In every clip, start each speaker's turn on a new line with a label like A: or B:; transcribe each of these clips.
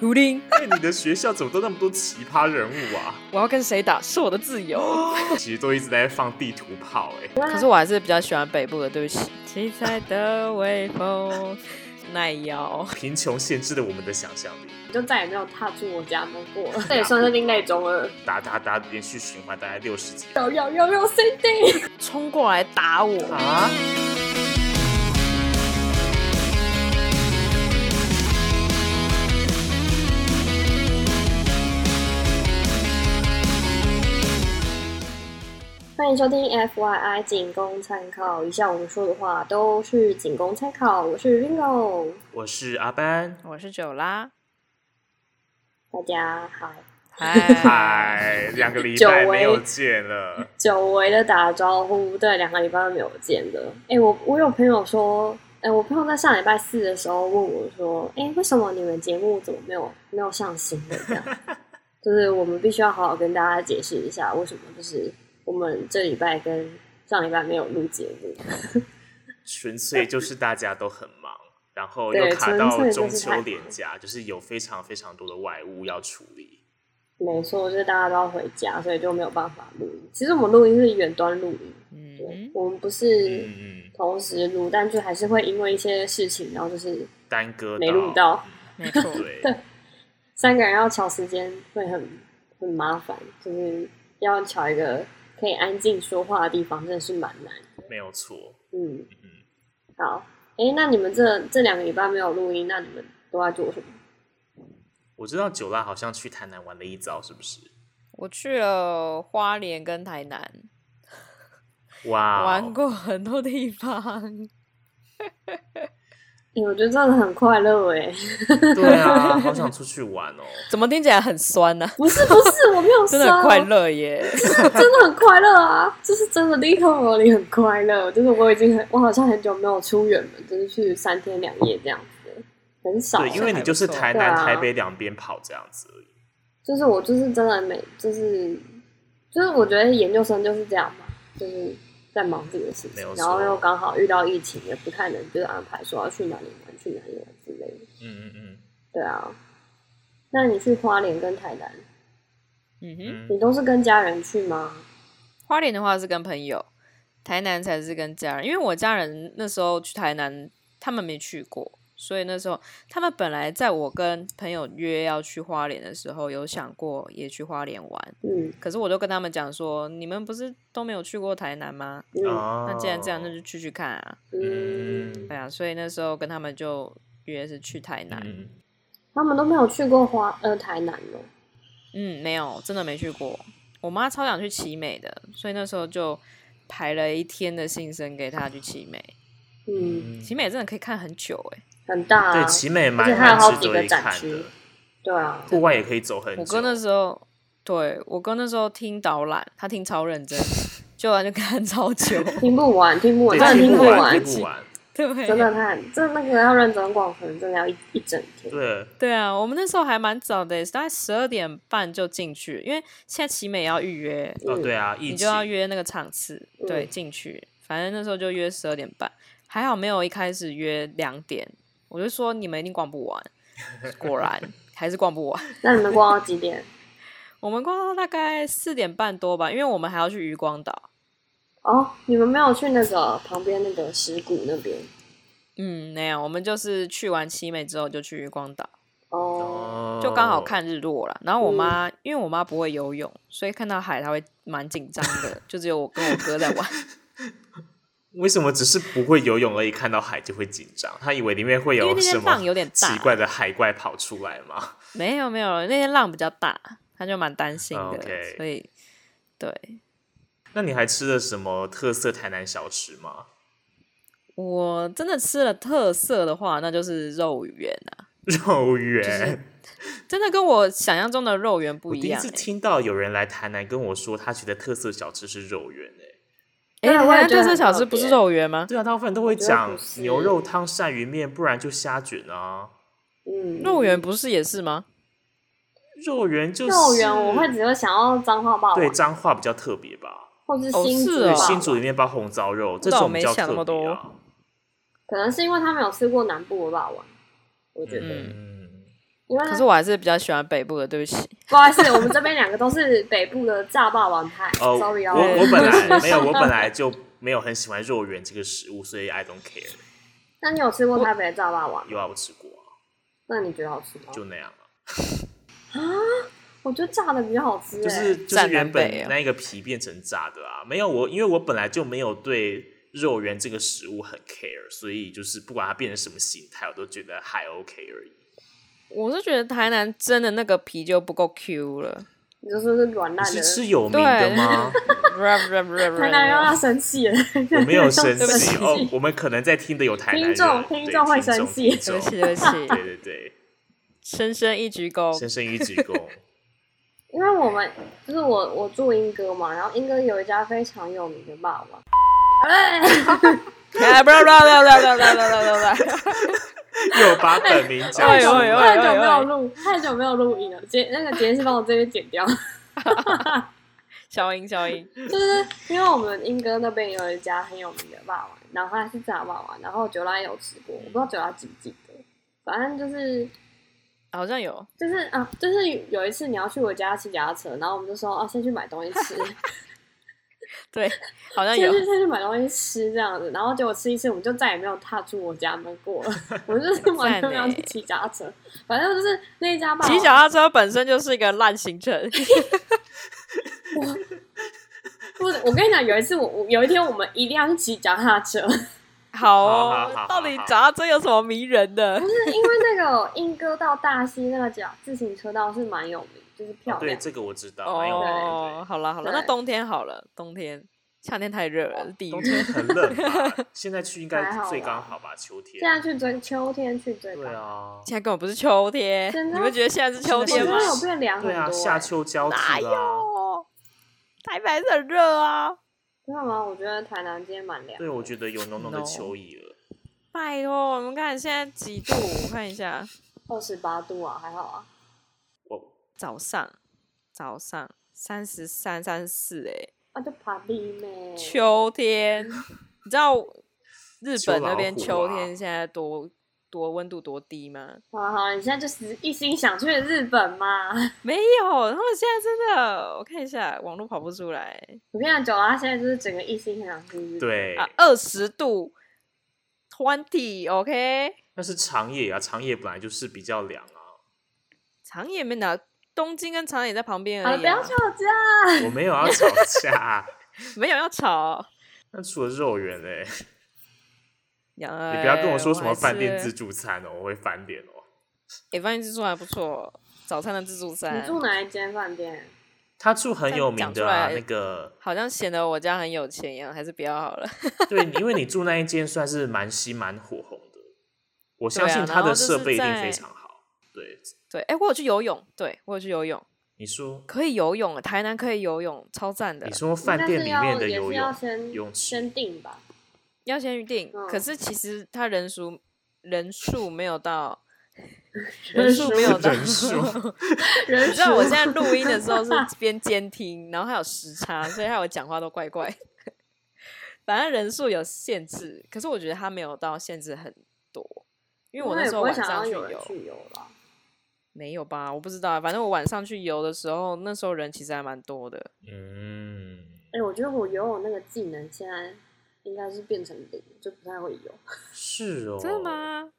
A: 胡林，
B: 哎，你的学校怎么都那么多奇葩人物啊？
A: 我要跟谁打是我的自由。
B: 其实都一直在放地图炮、哎，
A: 可是我还是比较喜欢北部的，对不起。七彩的微风， 耐摇。
B: 贫穷限制了我们的想象力。
C: 就再也没有踏出我家门过了，这也算是另类中 二。
B: 哒哒哒，连续循环大概六十集。
C: 有有有有 CD，
A: 冲过来打我！
B: 啊！
C: 欢迎收听 FYI 仅供参考，以下我们说的话都是仅供参考。我是 Ringo，
B: 我是阿班，
A: 我是九 拉，
C: 大家好，
A: 嗨，
B: 嗨，两个礼
C: 久
B: 拜
C: 违
B: 没有见了，
C: 久违的打招呼，对，两个礼拜都没有见的。哎、我我有朋友说，哎、我朋友在上礼拜四的时候问我说，哎、为什么你们节目怎么没有没有上新的这样？就是我们必须要好好跟大家解释一下，为什么就是我们这礼拜跟上礼拜没有录节目。
B: 纯粹就是大家都很忙，然后
C: 对
B: 又卡
C: 纯
B: 到
C: 粹就
B: 中
C: 是
B: 秋
C: 太忙
B: 连假，就是有非常非常多的外务要处理。
C: 没错，就是大家都要回家，所以就没有办法录音。其实我们录音是远端录音，对
A: 嗯，，
C: 我们不是
B: 嗯嗯，
C: 同时录，但就还是会因为一些事情，然后就是
B: 耽搁嗯
C: 没录到，
A: 没错，
B: 对，
C: 三个人要调时间会很很麻烦，就是要调一个可以安静说话的地方，真的是蛮难。
B: 没有错。
C: 嗯
B: 嗯，
C: 好，哎、那你们这这两个礼拜没有录音，那你们都在做什么？
B: 我知道九拉好像去台南玩了一遭，是不是？
A: 我去了花莲跟台南，
B: 哇、哦
A: 玩过很多地方。
C: 哎、我觉得真的很快乐哎、
B: 对啊，好想出去玩 哦。
A: 怎么听起来很酸呢、啊
C: 不是不是，我没 有
A: 真的
C: 说
A: 很快乐 耶！
C: 真的很快乐啊！就是真的离开我，你很快乐。就是我已经很，我好像很久没有出远门，就是去三天两夜这样子，很少。
B: 对，因为你就是台南、
C: 对啊
B: 台北两边跑这样子而已。
C: 就是我就是真的每就是就是我觉得研究生就是这样嘛，就是在忙自己的事
B: 没有
C: 情，然后
B: 错
C: 又刚好遇到疫情，也不太能就是安排说要去哪里玩去哪里玩之类的。
B: 嗯嗯
C: 对啊，那你去花莲跟台南，
A: 嗯哼，
B: 嗯
C: 你
B: 嗯，
C: 都是跟家人去吗？
A: 花莲的话是跟朋友，台南才是跟家人，因为我家人那时候去台南，他们没去过，所以那时候他们本来在我跟朋友约要去花莲的时候，有想过也去花莲玩，
C: 嗯
A: 可是我都跟他们讲说，你们不是都没有去过台南吗？
C: 嗯
B: 哦
A: 那既然这样，那就去去看啊，
C: 嗯，
B: 嗯
A: 对啊，所以那时候跟他们就约是去台南，嗯
B: 嗯，
C: 他们都没有去过花呃台南哦。
A: 嗯没有，真的没去过。我妈超想去奇美的，所以那时候就排了一天的行程给她去奇美。
C: 嗯，
A: 奇美真的可以看很久哎、
C: 很大、啊，
B: 对，奇美
C: 而且
B: 蛮
C: 还有
B: 蛮
C: 好
B: 值
C: 几
B: 得
C: 个
B: 一
C: 展
B: 看
C: 区
B: 的，
C: 对啊，
B: 户外也可以走很久。
A: 我哥那时候，对我哥那时候听导览，他听超认真， 就完就看超 久，
C: 听不完，听不完，
B: 对
C: 真的
B: 听
C: 不
B: 完，
C: 完
B: 听，不完。
A: 对
C: 真的太这那个要认真逛，可能真的要一一整天。
B: 对，哦
A: 对啊，我们那时候还蛮早的，大概十二点半就进去，因为现在奇美也要预约，
B: 哦
C: 嗯
B: 对啊，疫
A: 你就
B: 情
A: 要约那个场次，对，
C: 嗯
A: 进去。反正那时候就约十二点半，还好没有一开始约两点，我就说你们一定逛不完，果 然还是逛不完。
C: 那你们逛到几点？
A: 我们逛到大概四点半多吧，因为我们还要去渔光岛。
C: 哦，你们没有去那个旁边那个石鼓那边
A: 嗯，没有，我们就是去完七美之后就去渔光岛，
C: 哦。
B: 哦
A: 就刚好。看日落了。然后我
C: 嗯
A: 妈，因为我妈不会游泳，所以看到海她会蛮紧张的，就只有我跟我哥在玩。
B: 为什么只是不会游泳而已，看到海就会紧张？他以为里面会
A: 因为那
B: 什
A: 天浪
B: 么
A: 有点大
B: 奇，怪的海怪跑出来吗？
A: 没有没有，那天浪比较大，她就蛮担心的，
B: 哦 OK
A: 所以对
B: 那你还吃了什么特色台南小吃吗？
A: 我真的吃了特色的话，那就是肉圆啊，
B: 肉
A: 是
B: 圆。
A: 真的跟我想象中的肉圆不
B: 我
A: 一
B: 第一
A: 样、
B: 次
A: 欸。
B: 听到有人来台南跟我说，他觉得特色小吃是肉圆诶、
A: 哎、
C: 对啊我也
A: 台湾
C: 觉得
A: 特色
C: 很
A: 小
C: 特
A: 吃不是
C: 别
A: 肉圆吗？
B: 对啊，大部分都会
C: 觉得
B: 讲
C: 不是
B: 牛肉汤、鳝鱼面，不然就虾卷啊。
C: 嗯，
A: 肉圆不是也是吗？
B: 肉圆就是
C: 肉圆，我会只会想要脏话霸
B: 对
C: 王，
B: 彰化比较特别吧，
C: 或是
A: 哦
C: 新
A: 是
C: 竹
A: 哦
B: 对
C: 吧。
B: 新竹里面包红糟肉这
A: 那我
B: 种
A: 没
B: 比较
A: 想那
B: 特
A: 么
B: 别
A: 多
B: 啊。
C: 可能是因为他没有吃过南部的霸王，我觉得
A: 嗯
B: 嗯，
C: 因为
A: 可是我还是比较喜欢北部的，对不起。
C: 不好意思，我们这边两个都是北部的炸霸王派。
B: 哦，
C: Sorry
B: 我
C: 哦，
B: 我本来没有，我本来就没有很喜欢肉圆这个食物，所以 I don't care。
C: 那你有吃过台北的炸霸王？
B: 有啊，我吃过啊，
C: 那你觉得好吃吗？
B: 就那样啊。
C: 我觉得炸的比较好吃、欸，
B: 就是就是
A: 占
B: 原
A: 南北
B: 本
A: 啊
B: 那一个皮变成炸的啊，没有我，因为我本来就没有对肉圆这个食物很 care，所以就是不管它变成什么形态，我都觉得还 OK 而已。
A: 我是觉得台南真的那个皮就不够 Q 了，
C: 你就说是软
B: 你
C: 烂的
B: 是。吃有名的吗？
C: 台南人要生气了，
B: 我没有生
A: 对不起
B: 气哦，我们可能在听的有台南人啊
C: 听众
B: 对
C: 听众会生
B: 听
C: 气
A: 对
B: 众
A: 不起，
B: 听
A: 对不
B: 众
A: 起，
B: 对对对，
A: 深深一鞠躬。
B: 深深一鞠躬。
C: 因为我们就是我我住英哥嘛，然后英哥有一家非常有名的霸王，
A: 哎，
C: 哎，
A: 不要不要不要不要不要不要不要不要！
B: 又把本名讲
A: 哎
B: 出
A: 呦哎呦
B: 来，
C: 太久没有录，太久没有录音了，杰那个杰是帮我这边剪掉，
A: 小英小英，
C: 就是因为我们英哥那边有一家很有名的霸王，然后他是炸霸王，然后九拉也有吃过，我不知道九拉记不记得，反正就是
A: 好像有，
C: 就是啊，就是有一次你要去我家骑脚踏车，然后我们就说哦、先去买东西吃，
A: 对，好像
C: 先
A: 有
C: 去。先去买东西吃这样子，然后结果吃一次，我们就再也没有踏出我家门过了，我就是完全没有去骑脚踏车，反正就是那一家霸
A: 欸骑
C: 王
A: 脚踏车本身就是一个烂行程，
C: 不是，我跟你讲，有一次我我有一天我们一定要去骑脚踏车， 就
A: 好
B: 好好好
A: 哦
B: 好。
A: 到底脚踏车有什么迷人的？
C: 是因为那个莺歌到大溪那个脚自行车道是蛮有名，就是漂
B: 哦对
C: 亮。
B: 这个我知道，哎蛮有名
A: 哦
B: 的，。
A: 好了好了，
C: 对
A: 那冬天好了，冬天夏天太热了，是地
B: 对冬
A: 狱。
B: 天很 冷吧？现在去应该
C: 还好
B: 最
C: 啦
B: 刚好吧？秋天。
C: 现在去追秋天去追吧，
B: 对啊，
A: 现在根本不是秋天，
C: 真的
A: 你们觉得现在是秋
C: 真
A: 天
B: 现
A: 吗
B: 在
C: 的
B: 是？
C: 有变凉很
B: 对
C: 多、
B: 啊，
C: 欸。
B: 夏秋交
A: 哎哪
B: 替了啊。
A: 有？台北还是很热啊！
C: 真的吗？我觉得台南今天蛮凉。
B: 对，我觉得有浓浓的
A: No
B: 秋意了。
A: 拜托，我们看现在几度？我看一下，
C: 二十八度啊，还好啊。
B: 我
A: 早上早上三十三、三十四，哎，
C: 啊，就爬地妹。
B: 哦
A: 秋天，你知道日
B: 秋
A: 本那
B: 老
A: 边
B: 虎
A: 秋
B: 啊
A: 天现在多多温度多低吗？
C: 好好，你现在就是一心想去日本嘛？
A: 没有，他们现在真的，我看一下，网络跑不出来
C: 我跟你讲，九啊，现在就是整个一心很想去日本。
B: 对，
A: 啊，二十度，twenty，OK，、
B: 但是长野啊，长野本来就是比较凉啊。
A: 长野没拿，东京跟长野在旁边
C: 好
A: 而
C: 了，
A: 已、
C: 不要
A: 啊，
C: 吵架。
B: 我没有要吵架。啊
A: 没有要吵。
B: 那除了肉圆嘞，
A: 你
B: 你
A: 不
B: 不要跟我说什么饭店自助餐哦，我会翻脸哦。
A: 哎，饭店自助还不错，早餐的自助餐
C: 你，住哪一间饭店？
B: 他住很有名
A: 讲出
B: 的啊，
A: 来
B: 那个
A: 好像显得我家很有钱一样，还是不要好了。
B: 对，因为你住那一间算是蛮新蛮火红的，我相
A: 对啊
B: 信他
A: 然后
B: 的
A: 就是
B: 设备一定
A: 在
B: 非常好。对，
A: 对，哎，我有去游泳，对我有去游泳，
B: 你说
A: 可以游泳，啊台南可以游泳，超赞的
B: 你。说
C: 应
B: 饭
C: 该
B: 店
C: 是
B: 里
C: 要
B: 面的
C: 也
B: 游
C: 是要
B: 泳
C: 先
B: 泳池，
C: 先定吧。
A: 要先预定，可
C: 嗯
A: 是其实他人数人数没有 到，
C: 人
A: 人数
C: 数
A: 没有到
B: 人数
C: 人
A: 你知道我现在录音的时候是边监听，然后还有时差，所以害我讲话都怪怪。 反正人数有限制，可是我觉得他没有到限制很多，因为我那时候晚上
C: 去
A: 去
C: 游
A: 游，
C: 去游了。
A: 没有吧？我不知道啊，反正我晚上去游的时候，那时候人其实还蛮多的。
B: 嗯，
C: 哎、我觉得我游泳那个技能现在应该是变成零，就不太会游。
B: 是哦，
A: 真的？吗？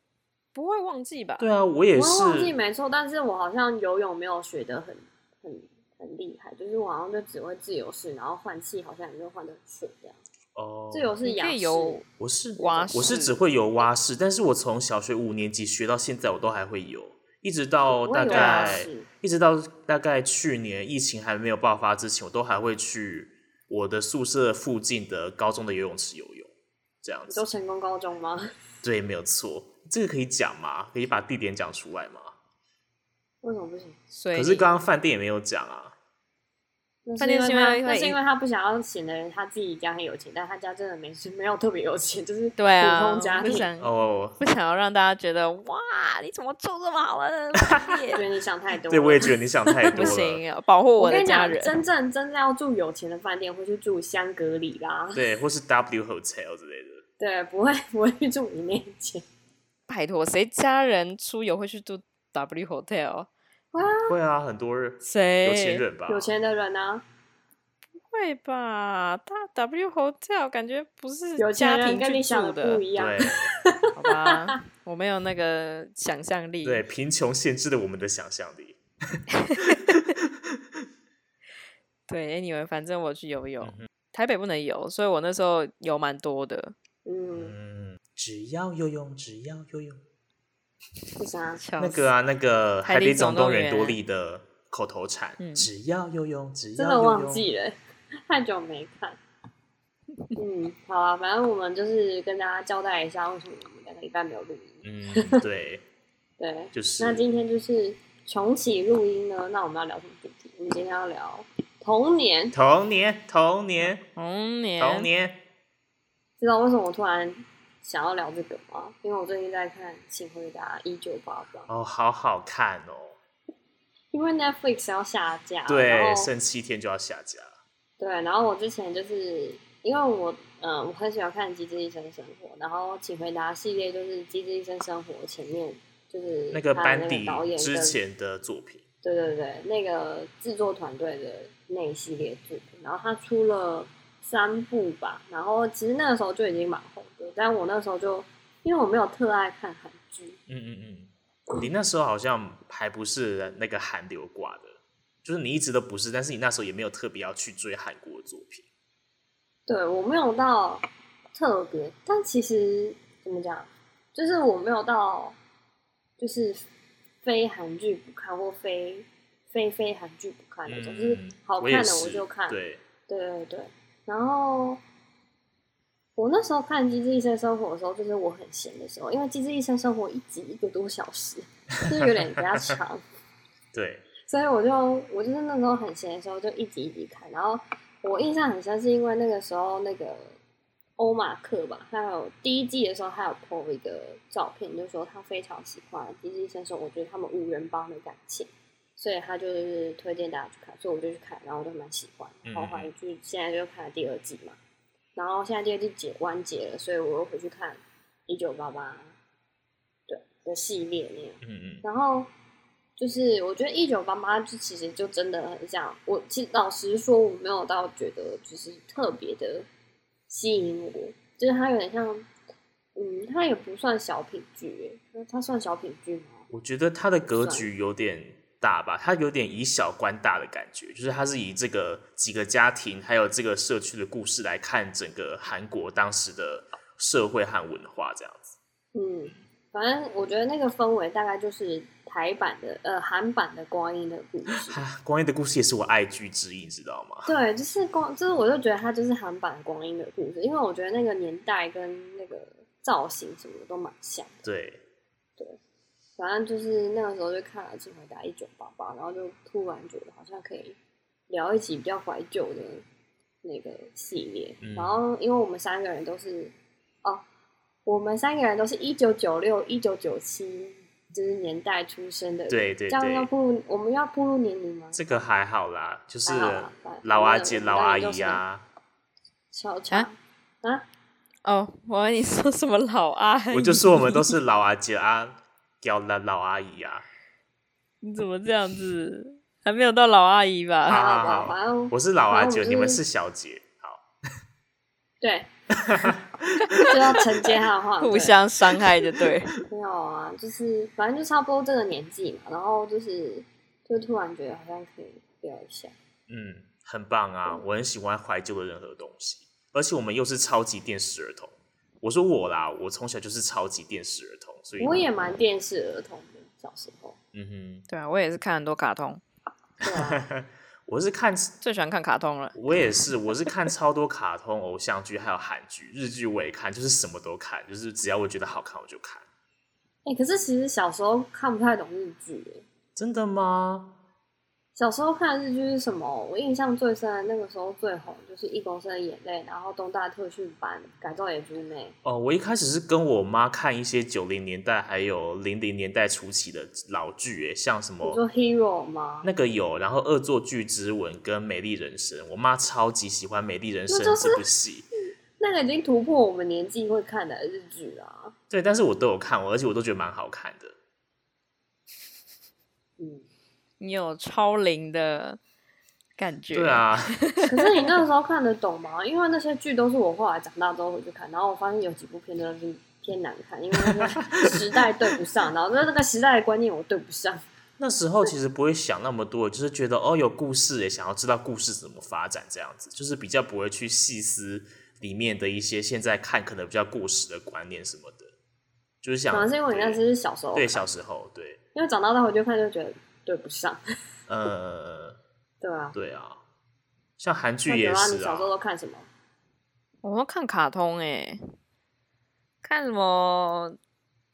A: 不会忘记吧？
B: 对啊，我也
C: 我
B: 是，
C: 忘记没错，但是我好像游泳没有学得很很很厉害，就是我好像就只会自由式，然后换气好像也就换得很顺这样。
B: 哦，
C: 自由式
A: 你
C: 仰
A: 可
C: 式
A: 以游，
B: 我是
A: 蛙
B: 我是
A: 式
B: 只会游蛙式，但是我从小学五年级学到现在，我都还会游，一直到
C: 我
B: 大
C: 也游蛙
B: 概
C: 式
B: 一直到大概去年疫情还没有爆发之前，我都还会去我的宿舍附近的高中的游泳池游泳，这样
C: 你说
B: 子。
C: 成功高中吗？
B: 对，没有错，这个可以讲吗？可以把地点讲出来吗？
C: 为什么不行？
A: 所以
B: 可是刚刚饭店也没有讲啊。
C: 那
A: 饭
C: 是因
A: 店是
C: 为
A: 因
C: 他
A: 为
C: 那是
A: 会
C: 因为他不想要显得他自己家很有钱，但他家真的没没有特别有钱，就是
A: 对啊，
C: 普通家
A: 我不
C: 庭。
A: 想、
B: 哦，
A: 不想要让大家觉得哇，你怎么住这么好的 饭
C: 觉得
A: 店？
C: 你想太多了。
B: 对，我也觉得你想 太多
A: 不
B: 了。
C: 啊
A: 行，保护
C: 我
A: 的
C: 跟你
A: 家
C: 讲，
A: 人。
C: 真正真正要住有钱的饭店，会去住香格里拉，
B: 对，或是 W Hotel 之 类的。
C: 对，不会不会去住你面前。
A: 拜托，谁家人出游会去住 W Hotel，
B: 会啊，很多人
A: 谁
B: 有钱人吧，
C: 哎有钱的人呢、
A: 会吧？大 W Hotel 感觉不是
C: 有
A: 家
C: 钱人
A: 庭
C: 跟
A: 去
C: 你想
A: 住
C: 的
A: 的
C: 不，一样。
B: 对
A: 好吧？我没有那个想象力。
B: 对，贫穷限制了我们的想象力。
A: 对，anyway，反正我去游泳，
B: 嗯
A: 台北不能游，所以我那时候游蛮多的。
C: 嗯，
B: 嗯，只要游泳，只要游泳。
C: 是啥？
A: 笑
B: 那
A: 死
B: 个啊，那个《
A: 海
B: 海
A: 底
B: 底
A: 总
B: 总
A: 动
B: 动员
A: 员》
B: 多利的口头禅，
A: 嗯
B: 只要游泳，只要
C: 真的
B: 游
C: 忘
B: 泳
C: 记了，太久没看。嗯，好啊，反正我们就是跟大家交代一下，为什么我们两个礼拜没有录音。
B: 嗯， 对，
C: 对，
B: 就是
C: 那今天就是重启录音呢，那我们要聊什么主题？我们今天要聊童年。
B: 童年，童年，
A: 童年，
B: 童年。
C: 知道为什么我突然想要聊这个吗？因为我最近在看《请回答一九八八》，
B: 哦，好好看哦。
C: 因为 Netflix 要下架，
B: 对，
C: 然后
B: 剩七天就要下架了。
C: 对，然后我之前就是因为我嗯、呃我很喜欢看《机智医生生活》，然后《请回答》系列就是《机智医生生活》前面就是
B: 那个
C: 他的
B: 班
C: 那
B: 底
C: 导演
B: 之
C: 跟
B: 前的作品，
C: 对对对，那个制作团队的那一系列作品，然后他出了三部吧，然后其实那个时候就已经蛮红的，但我那时候就因为我没有特爱看韩剧，
B: 嗯嗯嗯，你那时候好像还不是那个韩流挂的，就是你一直都不是，但是你那时候也没有特别要去追韩国的作品。
C: 对我没有到特别，但其实怎么讲，就是我没有到就是非韩剧不看或非非非韩剧不看那种，就是
B: 嗯，
C: 好
B: 也
C: 看的我
B: 是
C: 就看，
B: 对，
C: 对对对，然后我那时候看《机智医生生活》的时候，就是我很闲的时候，因为《机智医生生活》一集一个多小时， 就是有点比较长，
B: 对，
C: 所以我就我就是那时候很闲的时候，就一集一集看。然后我印象很深，是因为那个时候那个欧马克吧，他有第一季的时候，他有 po 一个照片，就说他非常喜欢《机智医生生活》，我觉得他们五人帮的感情。所以他就是推荐大家去看，所以我就去看，然后我就蛮喜欢，然后后来就现在就看了第二季嘛，然后现在第二季结完结了，所以我又回去看一九八八，对的系列那样。
B: 嗯嗯
C: 然后就是我觉得一九八八就其实就真的很像我，其实老实说我没有到觉得就是特别的吸引我，就是它有点像，嗯，它也不算小品剧耶，那它算小品剧吗？
B: 我觉得它的格
C: 算
B: 局有点大吧，它有点以小观大的感觉，就是它是以这个几个家庭还有这个社区的故事来看整个韩国当时的社会和文化这样子。。
C: 嗯，反正我觉得那个氛围大概就是台版的呃韩版的《光阴的故事》
B: 哈，光阴的故事也是我爱剧之一，你知道吗？
C: 对，就是光，就是我就觉得它就是韩版《光阴的故事》，因为我觉得那个年代跟那个造型什么的都蛮像。
B: 对，
C: 反正就是那个时候就看了《请回答一九八八》，然后就突然觉得好像可以聊一集比较怀旧的那个系列。
B: 嗯
C: 然后因为我们三个人都是哦，我们三个人都是一九九六、一九九七就是年代出生的人，
B: 对对
C: 这样要
B: 对，
C: 步入我们要步入年龄吗？
B: 这个还好啦，就是
C: 还好啦反正
B: 老阿姐、
C: 我们
B: 老阿
C: 就是
B: 姨啊，
C: 小乔
A: 啊
C: 啊，
A: 哦，我跟你说什么老阿姨？
B: 我就说我们都是老阿姐啊，屌啦老阿姨啊。
A: 你怎么这样子？还没有到老阿姨吧？
B: 好
C: 好
B: 好好
C: 反正
B: 我是老阿
C: 然后
B: 姐，
C: 我
B: 你们
C: 就是
B: 是小姐。好，
C: 对， 就要承接他的
B: 啊
C: 话，
A: 互
C: 对
A: 相伤害就 对。
C: 没有啊，就是反正就差不多这个年纪嘛，然后就是就突然觉得好像可以聊一下，
B: 嗯，很棒啊，我很喜欢怀旧的任何东西，而且我们又是超级电视儿童。我说我啦，我从小就是超级电视儿童，所以
C: 我也蛮电视儿童的，小时候，
B: 嗯
A: 对啊，我也是看很多卡通，
C: 对啊，
B: 哼， 我是看
A: 最喜欢看卡通了。
B: 我也是，我是看超多卡通、偶像剧，还有韩剧、日剧，我也看，就是什么都看，就是只要我觉得好看我就看。
C: 哎、可是其实小时候看不太懂日剧耶，
B: 真的吗？
C: 小时候看日剧是什么？我印象最深的那个时候最红就是《一公升的眼泪》，然后东大特训班改造野猪妹，
B: 哦，我一开始是跟我妈看一些九零年代还有零零年代初期的老剧，诶，像什
C: 你说
B: 么
C: Hero 吗？
B: 那个有，然后《恶作剧之吻》跟《美丽人生》，我妈超级喜欢《美丽人生
C: 那就》是
B: 这部戏。
C: 那个已经突破我们年纪会看的日剧啦、啊
B: 对，但是我都有看，我而且我都觉得蛮好看的。
C: 嗯
A: 你有超龄的感觉。
B: 对，啊，
C: 可是你那个时候看得懂吗？因为那些剧都是我后来长大之后回去看，然后我发现有几部片真的是偏难看，因为那个时代对不上，然后那那个时代的观念我对不上。
B: 那时候其实不会想那么多，就是觉得哦有故事也想要知道故事怎么发展这样子，就是比较不会去细思里面的一些现在看可能比较过时的观念什么的，就是想
C: 可能是因为你那时是小时候，
B: 对小时候对
C: 因为长大再回去看就觉得对不上。
B: 呃
C: 对啊，
B: 对啊，像韩
C: 那
B: 剧
C: 九
B: 也
C: 拉，你
B: 是
C: 小
B: 啊
C: 时，候都看什么？
A: 我要看卡通哎、看什么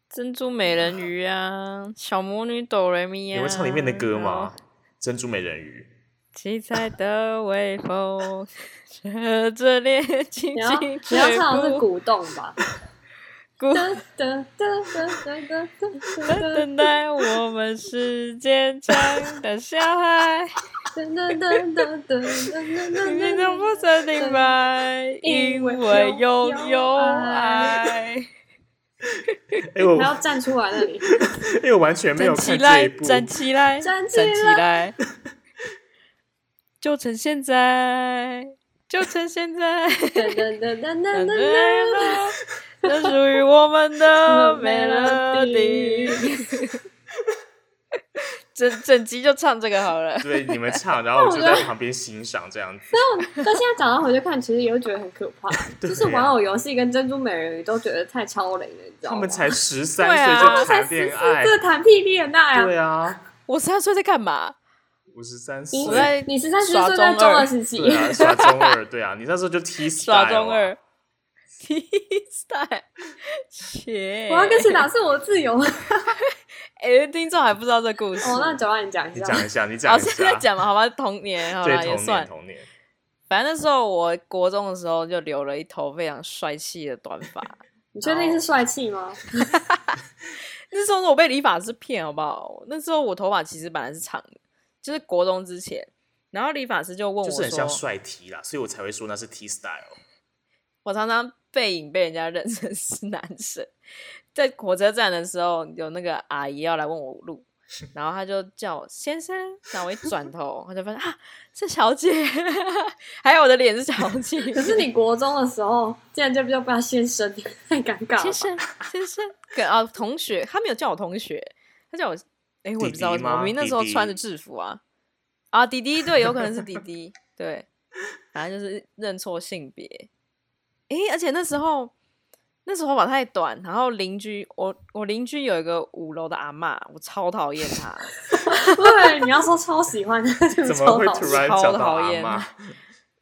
A: 珍珠美人鱼啊，小魔女哆瑞咪
B: 你
A: 啊。嗯
B: 会唱里面的歌
A: 然后
B: 吗？珍珠美人鱼。
A: 七彩的微风，扯着脸轻
C: 你要
A: 轻
C: 你要
A: 吹
C: 唱的是
A: 鼓，
C: 鼓动吧？
A: 鼓
C: 噔噔噔噔噔噔噔噔
A: 等待我们是坚强的小孩，
C: 噔噔噔噔噔噔
A: 你
C: 噔
A: 们都不
C: 噔。
A: 曾明白，因为拥有爱。
B: 哎、我
C: 还要站出来那里，
B: 因为我完全没有
A: 站起
B: 看这
A: 来，
B: 一部，
A: 站起来，
C: 站起
A: 起来，就趁现在，就趁现在，
C: 噔噔噔噔噔
A: 等
C: 噔
A: 待
C: 噔。
A: 了，这属于我们的 melody。整整集就唱这个好了。
B: 对你们唱，然后我就在旁边欣赏这样子。
C: 但现在长大回去看，其实也会觉得很可怕，
B: 对
C: 就是
B: 啊
C: 玩偶游戏跟珍珠美人鱼都觉得太超龄了，你知道
B: 他
C: 吗？
B: 们才十三
A: 对啊
B: 岁就
C: 才
B: 谈
C: 十
B: 恋
C: 四
B: 爱，
C: 这谈屁恋爱啊！
B: 对啊，
A: 我三岁在干嘛？
B: 五十三
C: 你
A: 我
B: 岁，
A: 在
C: 你十三十
A: 耍
C: 岁在
A: 中
C: 中
A: 二
C: 二时期，
B: 对啊，耍中二，对啊，你那时候 就 T
A: 耍
B: style，
A: 中
B: 啊
A: 二。T style，切！
C: 我要跟谁打是我自由。 哦，
A: 哎，听众还不知道这故事。
C: 那九万你讲一
B: 你
C: 下
B: 讲，一下，你讲
A: 老
B: 一
A: 师哦在
B: 下，
A: 讲嘛，好吧，童年，好
B: 对
A: 吧，也
B: 童
A: 算
B: 年。童年，
A: 反正那时候我国中的时候就留了一头非常帅气的短发，
C: 你确定是帅气吗？
A: 那时候我被理发师骗，好不好？那时候我头发其实本来是长的，就是国中之前，然后理发师就问我
B: 就是
A: 说，
B: 很像帅 T 啦，所以我才会说那是 T style。
A: 我常常背影被人家认成是男生，在火车站的时候，有那个阿姨要来问我路，然后她就叫我先生，然后我一转头，她就发现啊是小姐， 还有我的脸是小姐，
C: 可是你国中的时候，竟然就不叫不要先生，太尴尬
A: 先
C: 了吧。
A: 生，先生，跟啊同学，他没有叫我同学，他叫我，哎、我也
B: 弟
A: 不知道为
B: 弟
A: 什么，我
B: 吗
A: 明明那
B: 弟
A: 时候
B: 弟
A: 穿着制服啊，啊，弟弟，对，有可能是弟弟，对，反正就是认错性别，哎、而且那时候那时候头发太短，然后邻居，我我邻居有一个五楼的阿嬷，我超讨厌她，
C: 对，你要说超喜 欢，就
B: 怎么
C: 超
B: 会
C: 好
B: 突
C: 笑。
B: 然
A: 超
B: 讲到
A: 讨
B: 阿
A: 厌
B: 妈？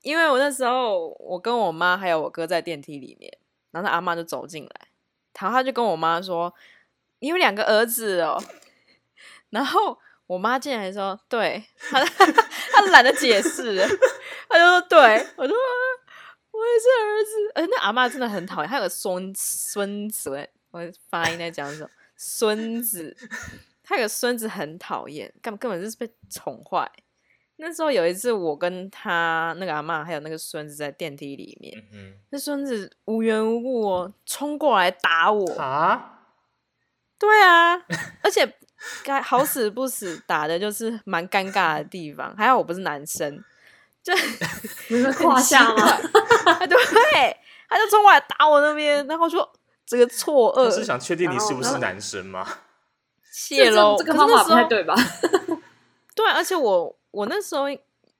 A: 因为我那时候我跟我妈还有我哥在电梯里面，然后她阿嬷就走进来，然后她就跟我妈说：“你有两个儿子哦。” 然后我妈进来说：“对。”她她懒得解释了，她就说：“对。”我说：“啊我也是儿子。”呃，那阿嬷真的很讨厌，她有个孙孙子，我我发音在讲什么？孙子，她有个孙子很讨厌，根根本就是被宠坏。那时候有一次，我跟他那个阿嬷还有那个孙子在电梯里面，
B: 嗯
A: 那孙子无缘无故哦冲过来打我，
B: 哼啊，
A: 对 啊，而且该好死不死打的就是蛮尴尬的地方，还好我不是男生，就
C: 你是胯下 吗？
A: 啊 对，他就冲过来打我那边，然后就整个错
B: 我是
A: 愕，
B: 想确定你
C: 然后
B: 是不
C: 然
B: 是
C: 后
B: 男 生吗？
A: 谢喽。
C: 这
A: 可
C: 个
A: 是
C: 方
A: 那
C: 法
A: 时
C: 不太
A: 候
C: 对吧？
A: 对，啊而且我我那时候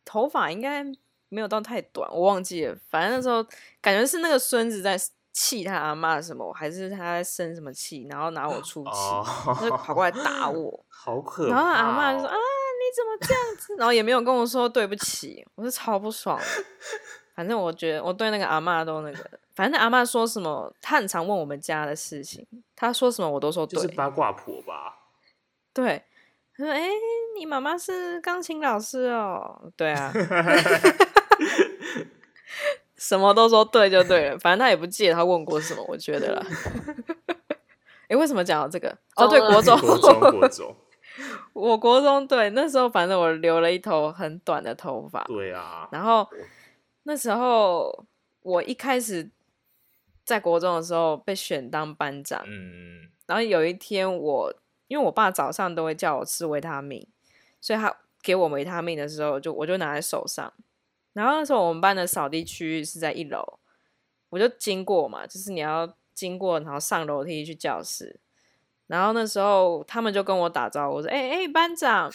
A: 头发应该没有到太短，我忘记了。反正那时候感觉是那个孙子在气他阿妈什么，还是他在生什么气，然后拿我出气，他就跑
B: 哦，
A: 过来打我。
B: 好可怕
A: 然
B: 哦！
A: 后阿妈就说：“啊，你怎么这样子？” 然后也没有跟我说对不起，我是超不爽的。反正我觉得我对那个阿妈都那个，反正阿妈说什么，她很常问我们家的事情，她说什么我都说啊对。
B: 就是八卦婆吧？
A: 对，他说：“哎、你妈妈是钢琴老师哦？”对啊，什么都说对就对了，反正他也不记得他问过什么，我觉得啦。哎、为什么讲到这个？哦，对，
C: 中二
A: 国中，
B: 国中国中，
A: 我国中对那时候，反正我留了一头很短的头发，
B: 对啊，
A: 然后那时候我一开始在国中的时候被选当班长，
B: 嗯，
A: 然后有一天我，因为我爸早上都会叫我吃维他命，所以他给我维他命的时候，就我就拿在手上。然后那时候我们班的扫地区域是在一楼，我就经过嘛，就是你要经过，然后上楼梯去教室。然后那时候他们就跟我打招呼，我说：“哎、哎、班长。”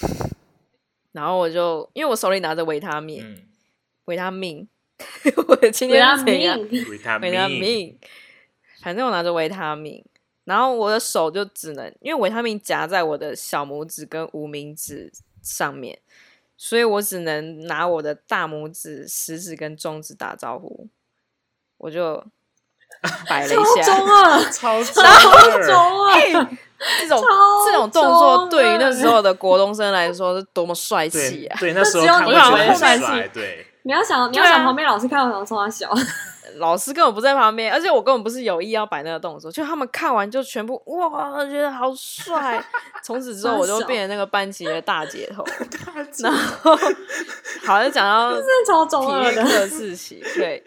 A: 然后我就因为我手里拿着维他命，
B: 嗯，
A: 维他命， 我今天是怎样？
C: 啊命，
B: 维他
A: 维他命，反正我拿着维他命，然后我的手就只能因为维他命夹在我的小拇指跟无名指上面，所以我只能拿我的大拇指、食指跟中指打招呼，我就摆了一
C: 中
A: 下。
C: 二，
B: 超中
C: 超中
B: 二，
A: 嘿
C: 二，
A: 这种
C: 超
A: 这种动作
C: 中
A: 对于那
C: 二
A: 时候的国中生来说是多么帅气
B: 对
A: 啊！
B: 对，那时候
C: 只有
B: 看
C: 你
B: 会觉得
A: 后面
B: 很
A: 是
B: 帅， 对，
C: 你要想，你要
A: 对啊
C: 想旁边老师看我，想冲他笑，
A: 老师根本不在旁边，而且我根本不是有意要摆那个动作，就他们看完就全部哇，觉得好帅。从此之后，我就变成那个班级的大姐头。然后，好，就讲到
C: 真的超中
A: 体
C: 二
A: 育
C: 的
A: 课。的事情，对，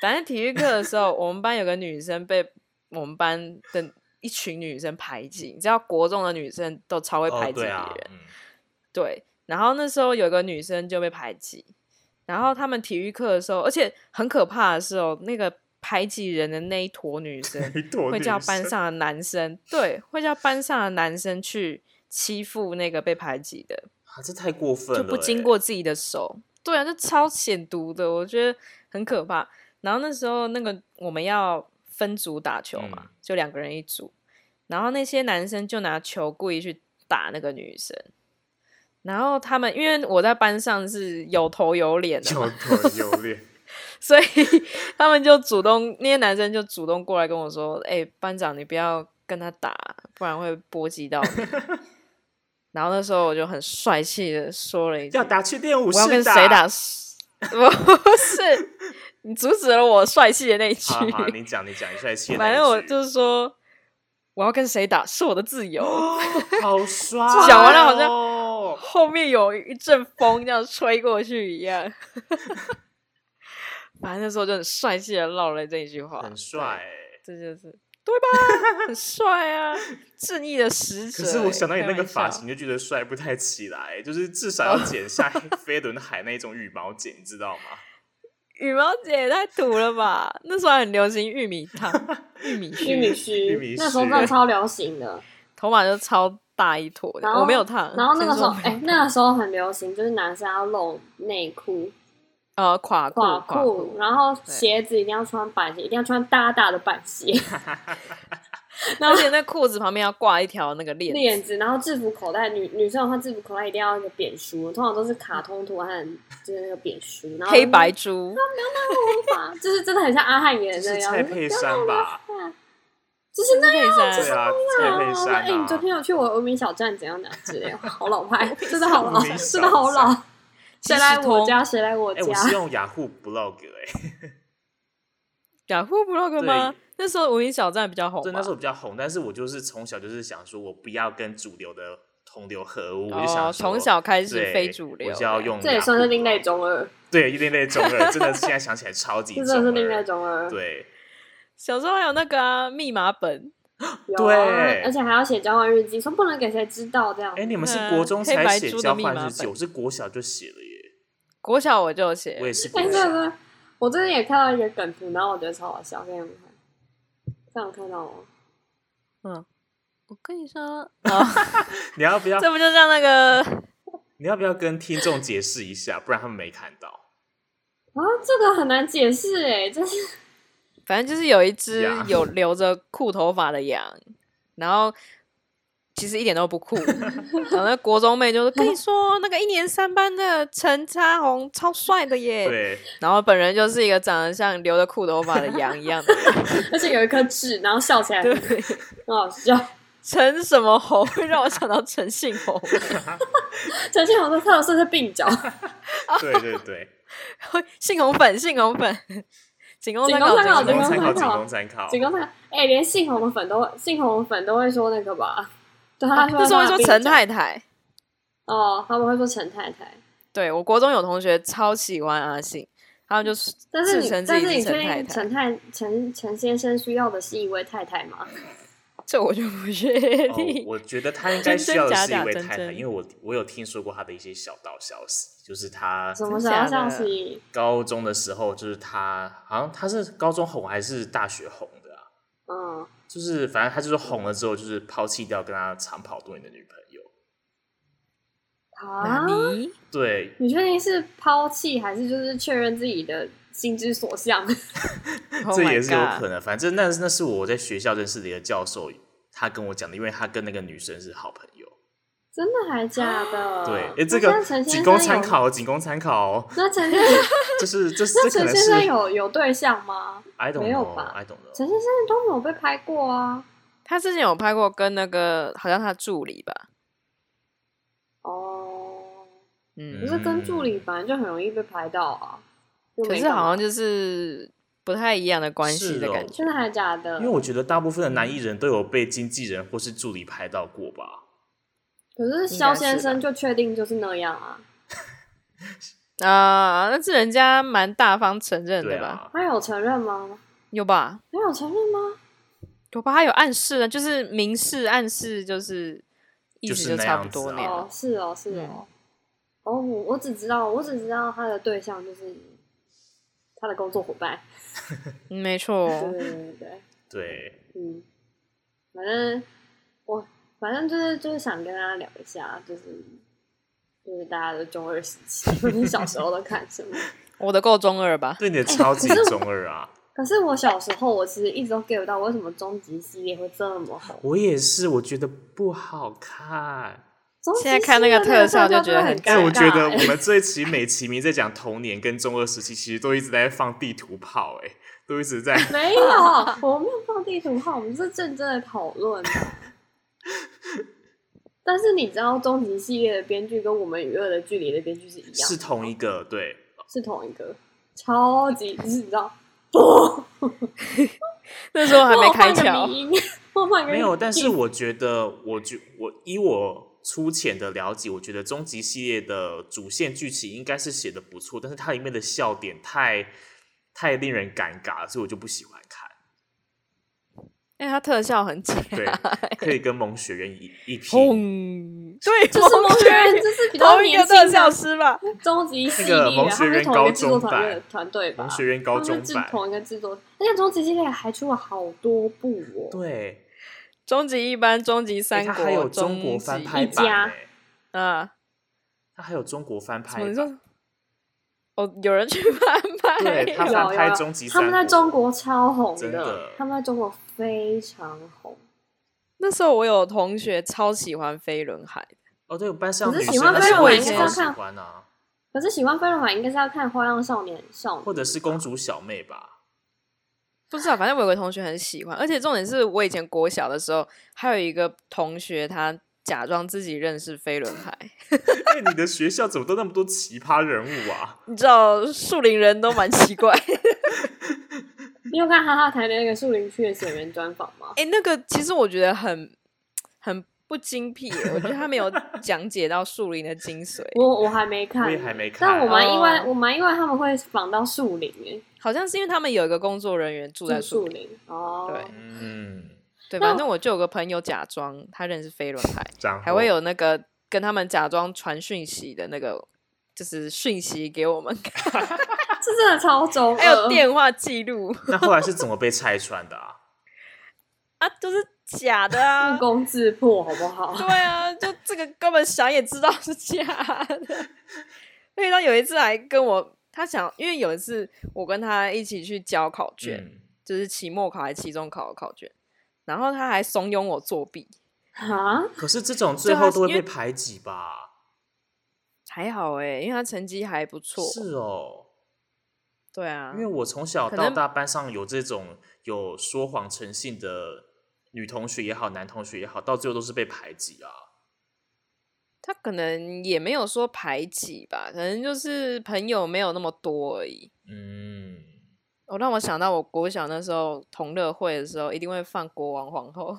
A: 反正体育课的时候，我们班有个女生被我们班的一群女生排挤，你知道，国中的女生都超会排挤
B: 哦，
A: 别
B: 对
A: 人。
B: 啊，嗯
A: 对，然后那时候有个女生就被排挤，然后他们体育课的时候，而且很可怕的是哦，那个排挤人的那一坨女生
B: 一坨
A: 会
B: 女
A: 叫
B: 生
A: 班上的男生，对，会叫班上的男生去欺负那个被排挤的，
B: 啊，这太过分
A: 就
B: 了，欸
A: 不经过自己的手，对啊，这超险毒的，我觉得很可怕。然后那时候那个我们要分组打球嘛，
B: 嗯
A: 就两个人一组，然后那些男生就拿球故意去打那个女生。然后他们，因为我在班上是有头有脸
B: 欸
A: 的嘛，
B: 有头有 脸，
A: 所以 他们就主动，那些男生就主动过来跟我说：“哎、班长，你不要跟他打，不然会波及到 你。”然后那时候我就很帅气的说了一句：“
B: 要打去练武
A: 我要
B: 室
A: 跟谁？打？ 不是，你阻止了我帅气的那一句。
B: 好好，你讲你讲，你帅气的那
A: 反
B: 一句。
A: 正我就是说，我要跟谁打是我的自由。
B: 哦好帅、哦
A: 讲完了好像
B: 像
A: 后面有一阵风这样吹过去一样。 反正那时候就很帅气的唠了这一句话，
B: 很帅、
A: 这就是对 吧？很帅啊，正义的使者
B: 可
A: 欸。
B: 是我想到你
A: 开
B: 那个
A: 玩
B: 发
A: 笑
B: 型，就觉得帅不太起来，就是至少要剪下 飞轮海那种羽毛剪，你知道吗？
A: 羽毛姐也太土了吧？那时候还很流行玉米 烫、玉米须、
C: 玉米
B: 玉
C: 须
B: 米，
C: 那时候
B: 须
C: 真的超流行的。
A: 头发就超大一坨的，
C: 然后
A: 我没有烫。
C: 然后那个
A: 先
C: 时
A: 说
C: 候，哎、那个时候很流行，就是男生要露内裤、
A: 呃，垮裤，
C: 垮
A: 垮
C: 裤，然后鞋子一定要穿板鞋，一定要穿大大的板鞋，
A: 而且那裤子旁边要挂一条那个链
C: 链
A: 子，
C: 子，然后制服口袋，女女生的话，制服口袋一定要一个扁梳，通常都是卡通图案，就是那个扁梳，然后
A: 黑白
C: 哦
A: 珠，
C: 头发，就是真的很像阿汉演
B: 这
C: 的那
B: 是
C: 样，
B: 蔡佩珊吧？
C: 就是那
A: 配
B: 对
A: 衫，
B: 啊，蔡
C: 样
B: 佩
C: 啊。
B: 珊
C: 哎、你昨
B: 啊。
C: 天有去我无名小站怎样的之类的， 好老派，真的好老，
B: 无名小
C: 真的好老
B: 站。
C: 谁来
A: 即时通
C: 我家？谁来我
B: 哎、
C: 家？
B: 我是用雅虎 blog 哎、
A: 雅虎 blog 吗
B: 对？
A: 那时候无名小站比较红吧，
B: 对，那时候比较红，但是我就是从小就是想说，我不要跟主流的同流合污，我就想
A: 哦，
B: 说
A: 从小开始
B: 对
A: 非主流，
B: 我就要用
C: 这也
B: 雅虎
C: 算是
B: blog
C: 另类中二，
B: 对，另类中二，真的现在想起来超级
C: 这
B: 中
C: 真
B: 二，
C: 的是另类中二。
B: 对，
A: 小时候还有那个啊密码本，
C: 有啊
B: 对
C: 而且还要写交换日记，说不能给谁知道这样
B: 哎、。你们是国中
A: 嗯黑白
B: 才写
A: 猪的
B: 交
A: 密
B: 换
A: 码
B: 日记，
A: 本
B: 我是国小就写了耶，
A: 国小我就写
B: 我，也是国
C: 哎，这
B: 小。
C: 个我最近也看到一个梗图，然后我觉得超好笑，给你们看。这样看到吗？
A: 我跟你说，啊，
B: 你要不要
A: 这？不就像那个
B: 你要不要跟听众解释一下？不然他们没看到。
C: 啊，这个很难解释哎，这是
A: 反正就是有一只
B: 羊
A: 有留着酷头发的羊，然后其实一点都不酷。然后那国中妹就说：“跟你说，那个一年三班的陈插红超帅的耶。
B: 对，”
A: 然后本人就是一个长得像留着酷头发的羊一 样的人，
C: 而且有一颗痣，然后笑起来很
A: 对，
C: 好笑。
A: 陈什么红 会让我想到陈信红，
C: 陈信宏的特色是鬓角，
A: 哦
B: 对对对，
A: 信红粉，信红粉， 仅供参考，
C: 仅
B: 仅
C: 供参
A: 仅供
B: 供参
A: 参
B: 考，
A: 考。
B: 仅供参考。哦
C: 只跟他哎，连信宏的粉都会，信宏的粉都会说那个吧？对，他
A: 那啊时候会说陈
C: 太
A: 太太，
C: 哦，他们会说陈太太，
A: 对我国中有同学超喜欢阿信，他们就是
C: 但是
A: 自
C: 你
A: 称
C: 但
A: 自
C: 是
A: 己
C: 你
A: 是
C: 确
A: 陈太
C: 定
A: 太。
C: 陈太陈陈先生需要的是一位太太吗？
A: 这我就不确
B: 哦
A: 定。，
B: 我觉得他应该需要的是一位太
A: 真真假假真
B: 太，
A: 真
B: 因为我我有听说过他的一些小道消息，就是他
C: 什么时
A: 真
C: 候
A: 假
C: 消
A: 的
C: 息？
B: 高中的时候，就是他好像他是高中红还是大学红的啊？
C: 嗯，
B: 就是反正他就是红了之后，就是抛弃掉跟他长跑多年的女朋友。
C: 啊，
A: 你
B: 对，
C: 你确定是抛弃还是就是确认自己的心之所向？
A: ？Oh
B: 这也是有可能。反正那那是我在学校认识的一个教授，他跟我讲的，因为他跟那个女生是好朋友。
C: 真的还假的？
B: 对，哎、
C: 那
B: 这
C: 现在
B: 个
C: 陈先
B: 仅
C: 生
B: 供参
C: 有。
B: 考哦，仅供参考哦。
C: 那 陈先 生，
B: 这是这是
C: 那
B: 这可
C: 陈
B: 能
C: 先
B: 是
C: 生有有对象吗？
B: I don't
C: 没有
B: know
C: 吧
B: I don't know。
C: 陈先生都没有被拍过啊。
A: 他之前有拍过跟那个好像他助理吧，
C: 哦，可
A: 嗯，
C: 是跟助理本来就很容易被拍到啊。又
A: 可
C: 没
A: 是
C: 干嘛
A: 好像就是不太一样的关系
B: 是
A: 的
B: 哦
A: 感觉。
C: 真的还假的？嗯
B: 因为我觉得大部分的男艺人都有被经纪人或是助理拍到过吧。
C: 可是肖先生就确定就是那样啊，
A: 啊、那是人家蛮大方承认
B: 对
A: 的吧？
B: 啊，
C: 他有承认吗？
A: 有吧？
C: 他有承认吗？
A: 有吧？他有暗示啊，就是明示暗示，就是意
B: 就
A: 思
B: 是
A: 就
B: 那
A: 差
B: 样
A: 不多
B: 子啊
A: 那样。
C: 哦，是哦，是
A: 嗯
C: 哦。哦，我我只知道，我只知道他的对象就是他的工作伙伴。
A: 嗯没错，
C: 对对对对，
B: 对，
C: 嗯，反正我反正就是就是想跟大家聊一下，就是就是大家的中二时期， 或者是小时候都看什么。
A: 我的够中二吧？
B: 对你的
C: 哎
B: 超级中二 啊！
C: 可是我小时候，我其实一直都 get 不到为什么终极系列会这么红。
B: 我也是，我觉得不好看。
C: 终极
A: 现在看
C: 系
A: 那个
C: 列
A: 特效就
C: 真的
A: 觉得
C: 很
A: 很
C: 尴
B: 哎、
C: 尬
B: 我觉得
C: 欸
B: 我们这一期美其名在讲童年跟中二时期，其实都一直在放地图炮、哎，都一直在。
C: 没有，我没有放地图炮，我们是认真的讨论的。但是你知道，终极系列的编剧跟我们与恶的距离的编剧是一样，
B: 是同一个，对，
C: 是同一个，超级就是你 知道，
A: 那时候还没
C: 我
A: 开
C: 换个
A: 窍
C: 迷，音，我换个
B: 没有。但
C: 迷
B: 是
C: 音
B: 我觉得，我觉我以我粗浅的了解，我觉得终极系列的主线剧情应该是写的不错，但是它里面的笑点太太令人尴尬了，所以我就不喜欢看。
A: 因为它哎特效很假。
B: 对，可以跟萌学院一一拼。
A: 轰！对，
C: 就是蒙学人，
A: 是
C: 就是比较
A: 同一个
C: 年
A: 特
C: 轻
A: 效
C: 的
A: 师吧？
C: 终极系列，
B: 那个蒙
C: 然后
B: 学
C: 是
B: 园
C: 同一
B: 高
C: 个制
B: 中
C: 作团队
B: 版
C: 团队吧
B: 萌，学院高
C: 他
B: 中
C: 们是
B: 版，
C: 同一个制作，而且终极系列还出了好多部哦，
B: 对，
A: 终极一班、终极
B: 哎
A: 三
B: 它
A: 国、
B: 还有中国
A: 极
B: 翻拍
C: 一
B: 版、
C: 家
B: 哎，
A: 啊，
B: 它还有中国翻
A: 什
B: 拍
A: 么你
B: 版。
A: 说？哦，有人去翻拍，
B: 对他
C: 有
B: 翻
C: 有
B: 拍
C: 有
B: 终极
C: 他们
B: 三
C: 在
B: 国
C: 中国超红
B: 真的
C: 他们在中国非常红。
A: 那时候我有同学超喜欢飞轮海，
B: 哦，对，班上
C: 可
B: 女
C: 是
B: 生
C: 喜欢
B: 那
A: 飞
B: 时候
A: 轮
B: 也
A: 海应该
B: 超
A: 要
B: 喜
C: 看
B: 欢啊，
C: 可是喜欢飞轮海应该是要看《花样少年少女》，
B: 或者是公主小妹吧。
A: 不知道，反正我有个同学很喜欢，而且重点是我以前国小的时候，还有一个同学他假装自己认识飞轮海，
B: 哎，你的学校怎么都那么多奇葩人物啊？
A: 你知道树林人都蛮奇 怪。
C: 你有看哈哈台的那个树林区的演员专访吗？
A: 哎、那个其实我觉得很很不精辟耶，我觉得他没有讲解到树林的精髓，
C: 我我还没看，
B: 哎我也还没看
C: 但我蛮意外，
A: 哦
C: 我蛮意外他们会访到树林诶，
A: 好像是因为他们有一个工作人员住
C: 住
A: 在
C: 树
A: 树林，
C: 林哦。
A: 对
B: 嗯，
A: 对，
C: 那
A: 反正我就有个朋友假装他认识飞 轮海，
B: 然后
A: 还
C: 哦
A: 会有那个跟他们假装传讯息的那个。就是讯息给我们看，
C: 这真的超中二，
A: 还有电话记录
B: 那后来是怎么被拆穿的啊？
A: 啊，都是假的啊
C: 误，工自破，好不好？
A: 对啊，就这个根本想也知道是假的。所以他有一次还跟我，他想，因为有一次我跟他一起去交考卷，
B: 嗯，
A: 就是期末考还期中考的考卷，然后他还怂恿我作弊，
C: 啊，
B: 可是这种最
A: 对啊
B: 后都会
A: 因为
B: 被排挤吧？
A: 还好哎、因为他成绩还不错。
B: 是哦，
A: 对啊
B: 因，为我从小
A: 可
B: 到
A: 能
B: 大班上有这种有说谎成性的女同学也好，男同学也好，到最后都是被排挤啊。
A: 他可能也没有说排挤吧，可能就是朋友没有那么多而已。
B: 嗯，
A: 我、让我想到我国小那时候同乐会的时候，一定会放国王皇 后。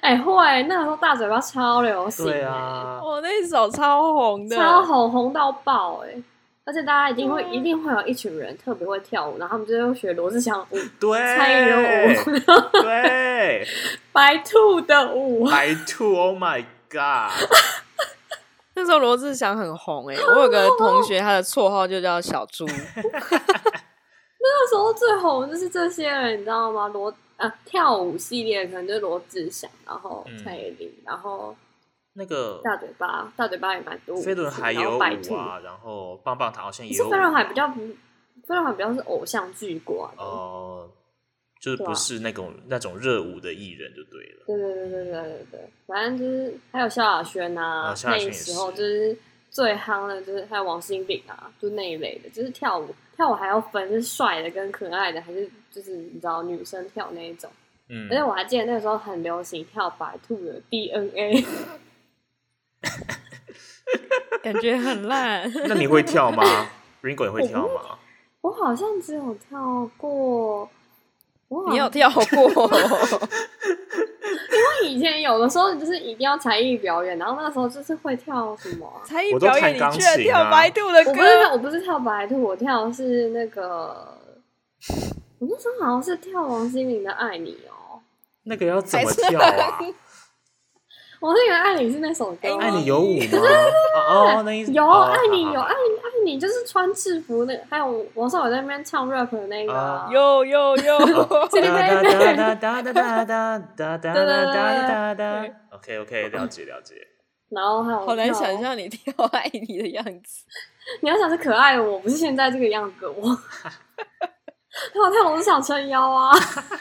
C: 哎、会，那个时候大嘴巴超流行，
B: 对，啊，
A: 我、那一首超红的，
C: 超红红到爆哎、而且大家一定
B: 啊
C: 会、一定会有一群人特别会跳舞，然后他们就会学罗志祥舞、
B: 对，
C: 蔡依林舞、
B: 对，
C: 白兔的舞。
B: 白兔，Oh my God！
A: 那时候罗志祥很红诶、我有个同学，他的绰号就叫小 猪。
C: 那时候最红就是这些人，你知道吗？罗呃跳舞系列可能就是罗志祥，然后
B: 嗯
C: 蔡依林，然后
B: 那个
C: 大嘴巴，大嘴巴也蛮多舞的。
B: 飞轮海
C: 然
B: 有
C: 后白兔
B: 舞，啊，然后棒棒糖好像
C: 可
B: 也
C: 是
B: 有舞。
C: 飞轮海比较不，飞轮海比较是偶像剧挂的。
B: 呃，就是
C: 对
B: 不
C: 啊
B: 是那种那种热舞的艺人就对了。
C: 对对对对对对对，反正就是还有萧亚轩啊
B: 啊，萧亚
C: 那
B: 轩也
C: 时候
B: 是
C: 就是最夯的，就是还有王心凌啊，就那一类的，就是跳舞跳舞还要分是帅的跟可爱的，还是就是你知道女生跳那一种。
B: 嗯
C: 而，且我还记得那个时候很流行跳白兔的 DNA，
A: 感觉很烂。
B: 那你会跳吗？Ringo 你会
C: 我
B: 跳
C: 不
B: 吗？
C: 我好像只有跳过，我好
A: 你有
C: 像
A: 跳 过？
C: 以前有的时候就是一定要才艺表演，然后那时候就是会跳什么啊、
A: 才艺
B: 我都
A: 表
B: 弹
A: 演，
B: 钢
A: 你居然
B: 琴
A: 跳
B: 啊
A: 白兔 的
C: 我不是
A: 歌
C: 跳，？我不是跳白兔，我跳的是那个，我那时候好像是跳王心凌的《爱你》哦，
B: 那个要怎
A: 还
B: 么
A: 是
B: 跳啊？
C: 王心凌的《爱你》是那首歌吗，
B: 爱哎你有舞吗？哦，哦那一
C: 有
B: 哦
C: 爱你有
B: 好好
C: 爱你爱你，就是穿制服那，还有王少伟在那边唱 rap 的那个
B: 啊，
C: 啊
A: 有有 有，
C: 这里面
B: 哦哒哒哒哒哒哒哒哒哒哒哒哒
A: 对。
B: OK OK，了解了解。
C: 然后还有
A: 好难
C: 跳
A: 想，象你跳《爱你》的样子。
C: 你要想是可爱的我，不是现在这个样子的我。还有跳龙是想撑腰啊，